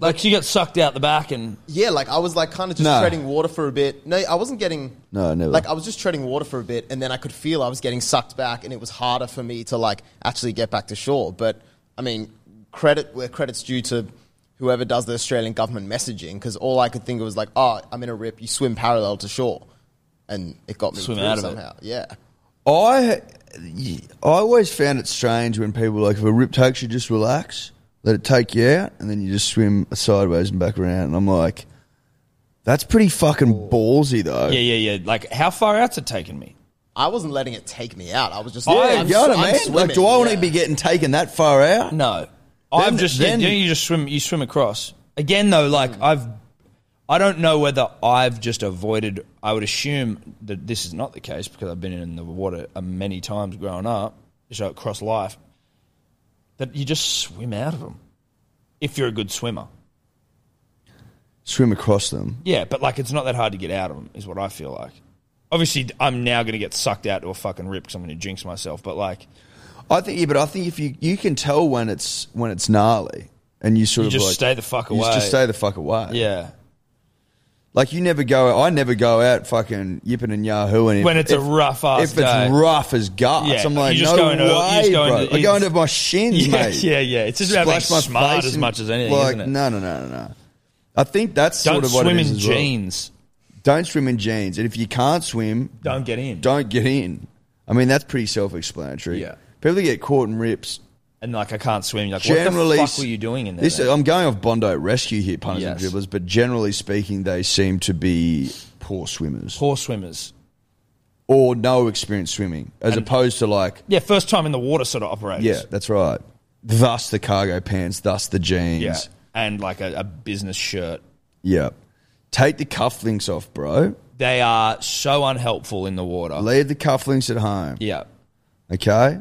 Like you got sucked out the back, and Yeah, like I was like kind of just No. treading water for a bit. No, I wasn't getting. No, never. Like I was just treading water for a bit, and then I could feel I was getting sucked back, and it was harder for me to like actually get back to shore. But I mean, credit where credit's due to whoever does the Australian government messaging, because all I could think of was like, oh, I'm in a rip. You swim parallel to shore, and it got me Swim through out of it. somehow. Yeah. I, I always found it strange when people were like, if a rip takes you, just relax, let it take you out, and then you just swim sideways and back around. And I'm like, that's pretty fucking ballsy, though. yeah, yeah, yeah. Like how far out's it taken me? I wasn't letting it take me out. I was just Yeah, like, Oh, Yeah, I'm, you know what I sw- I'm mean? swimming. Like, do I want yeah. to be getting taken that far out? No, I've just Mm. then- yeah, you just swim you swim across again though. Like I've, I don't know whether I've just avoided. I would assume that this is not the case because I've been in the water uh, many times growing up, so across life. That you just swim out of them if you're a good swimmer. Swim across them. Yeah, but like it's not that hard to get out of them, is what I feel like. Obviously, I'm now going to get sucked out to a fucking rip because I'm going to jinx myself. But like, I think, yeah, but I think if you you can tell when it's when it's gnarly, and you sort You of just like- stay the fuck You away. just stay the fuck away. yeah, like you never go. I never go out fucking yipping and yahooing. If- When it's a if- rough-ass If day. it's rough as guts, Yeah, I'm like, you just no go into- you way, just go bro. into- I go into my shins, <laughs> yeah, mate. yeah, yeah. It's just about being Splash my smart face as in- much as anything, Like, isn't it? no, no, no, no, no. I think that's Don't sort of what swim it is in as well. jeans. Don't swim in jeans, and if you can't swim, Don't get in. don't get in. I mean, that's pretty self-explanatory. Yeah. People that get caught in rips. And like, I can't swim. You're like, generally, what the fuck were you doing in there? This, then? I'm going off Bondo rescue here, punters and Yes. dribblers, but generally speaking, they seem to be poor swimmers Poor swimmers. or no experience swimming, as opposed to like, Yeah, first time in the water sort of operators. yeah, that's right. Thus the cargo pants, thus the jeans. Yeah. And like a, a business shirt. Yeah. Take the cufflinks off, bro. They are so unhelpful in the water. Leave the cufflinks at home. yeah. okay,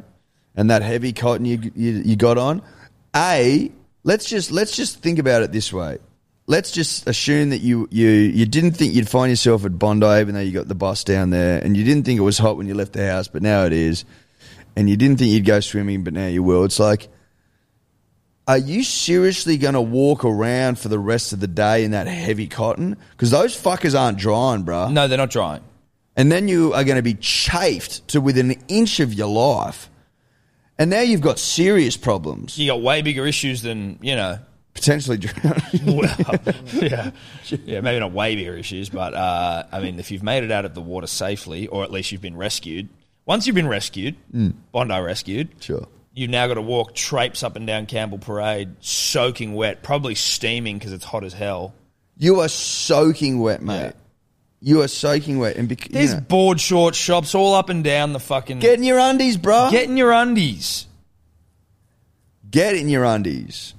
and that heavy cotton you, you you got on, a let's just let's just think about it this way. Let's just assume that you you you didn't think you'd find yourself at Bondi, even though you got the bus down there, and you didn't think it was hot when you left the house, but now it is, and you didn't think you'd go swimming, but now you will. It's like. Are you seriously going to walk around for the rest of the day in that heavy cotton? Because those fuckers aren't drying, bruh. No, they're not drying. And then you are going to be chafed to within an inch of your life. And now you've got serious problems. You got way bigger issues than, you know, Potentially <laughs> drowning. well, yeah, yeah, maybe not way bigger issues, but uh, I mean, if you've made it out of the water safely, or at least you've been rescued. Once you've been rescued, Bondi rescued, Sure. you've now got to walk traipse up and down Campbell Parade, soaking wet, probably steaming because it's hot as hell. You are soaking wet, mate. Yeah. You are soaking wet. And bec- you There's know, board short shops all up and down the fucking. get in your undies, bro. get in your undies. Get in your undies.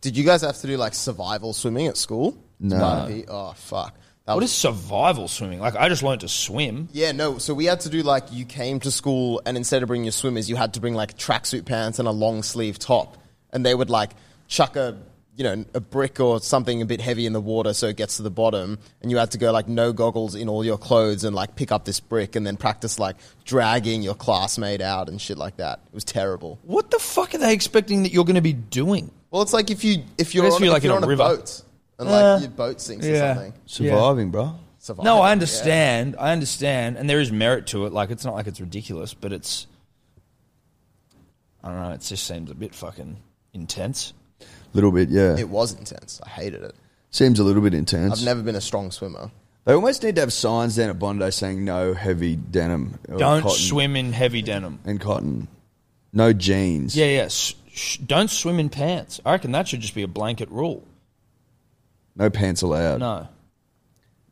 Did you guys have to do like survival swimming at school? No. Might be- Oh fuck. That What was, is survival swimming? Like, I just learned to swim. yeah, no. So we had to do like you came to school and instead of bringing your swimmers, you had to bring like tracksuit pants and a long sleeve top, and they would like chuck a you know a brick or something a bit heavy in the water so it gets to the bottom, and you had to go like no goggles in all your clothes and like pick up this brick and then practice like dragging your classmate out and shit like that. It was terrible. What the fuck are they expecting that you're going to be doing? Well, it's like if you if you're Unless on, you're, if like, you're in on a a, river. boat and like Uh, your boat sinks yeah. or something. Surviving, bro. Survive. No, I Yeah. understand. I understand, and there is merit to it. Like it's not like it's ridiculous, but it's I don't know. It just seems a bit fucking intense. little bit, yeah. It was intense. I hated it. Seems a little bit intense. I've never been a strong swimmer. they almost need to have signs down at Bondi saying no heavy denim. or don't cotton swim in heavy denim. And cotton. No jeans. Yeah, yeah. Sh- sh- don't swim in pants. I reckon that should just be a blanket rule. No pants allowed No.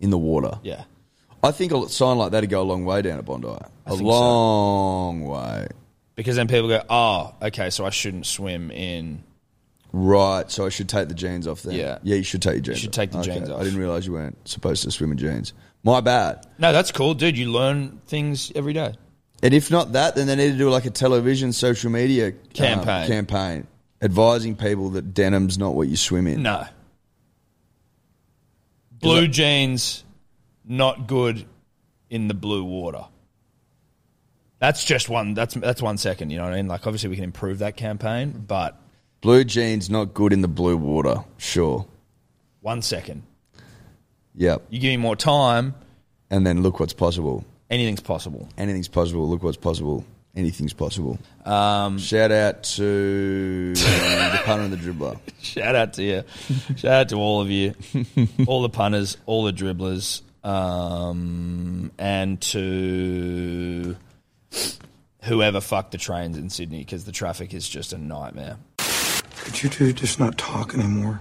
in the water. Yeah. I think a sign like that would go a long way down at Bondi. A think so. long way. Because then people go, oh, okay, so I shouldn't swim in. Right, so I should take the jeans off then. Yeah. Yeah, you should take your jeans You should off. take the jeans off. I didn't realise you weren't supposed to swim in jeans. My bad. No, that's cool, dude. You learn things every day. And if not that, then they need to do like a television social media um, Campaign. campaign advising people that denim's not what you swim in. No. Blue jeans, not good in the blue water. That's just one. That's that's one second. You know what I mean? Like, obviously, we can improve that campaign, but Blue jeans not good in the blue water. Sure. one second. Yep. You give me more time, And then look what's possible. anything's possible. Anything's possible. Look what's possible. Anything's possible. Um, Shout out to um, the punter and the dribbler. Shout out to you. Shout out to all of you, all the punters, all the dribblers, um, and to whoever fucked the trains in Sydney because the traffic is just a nightmare. Could you two just not talk anymore?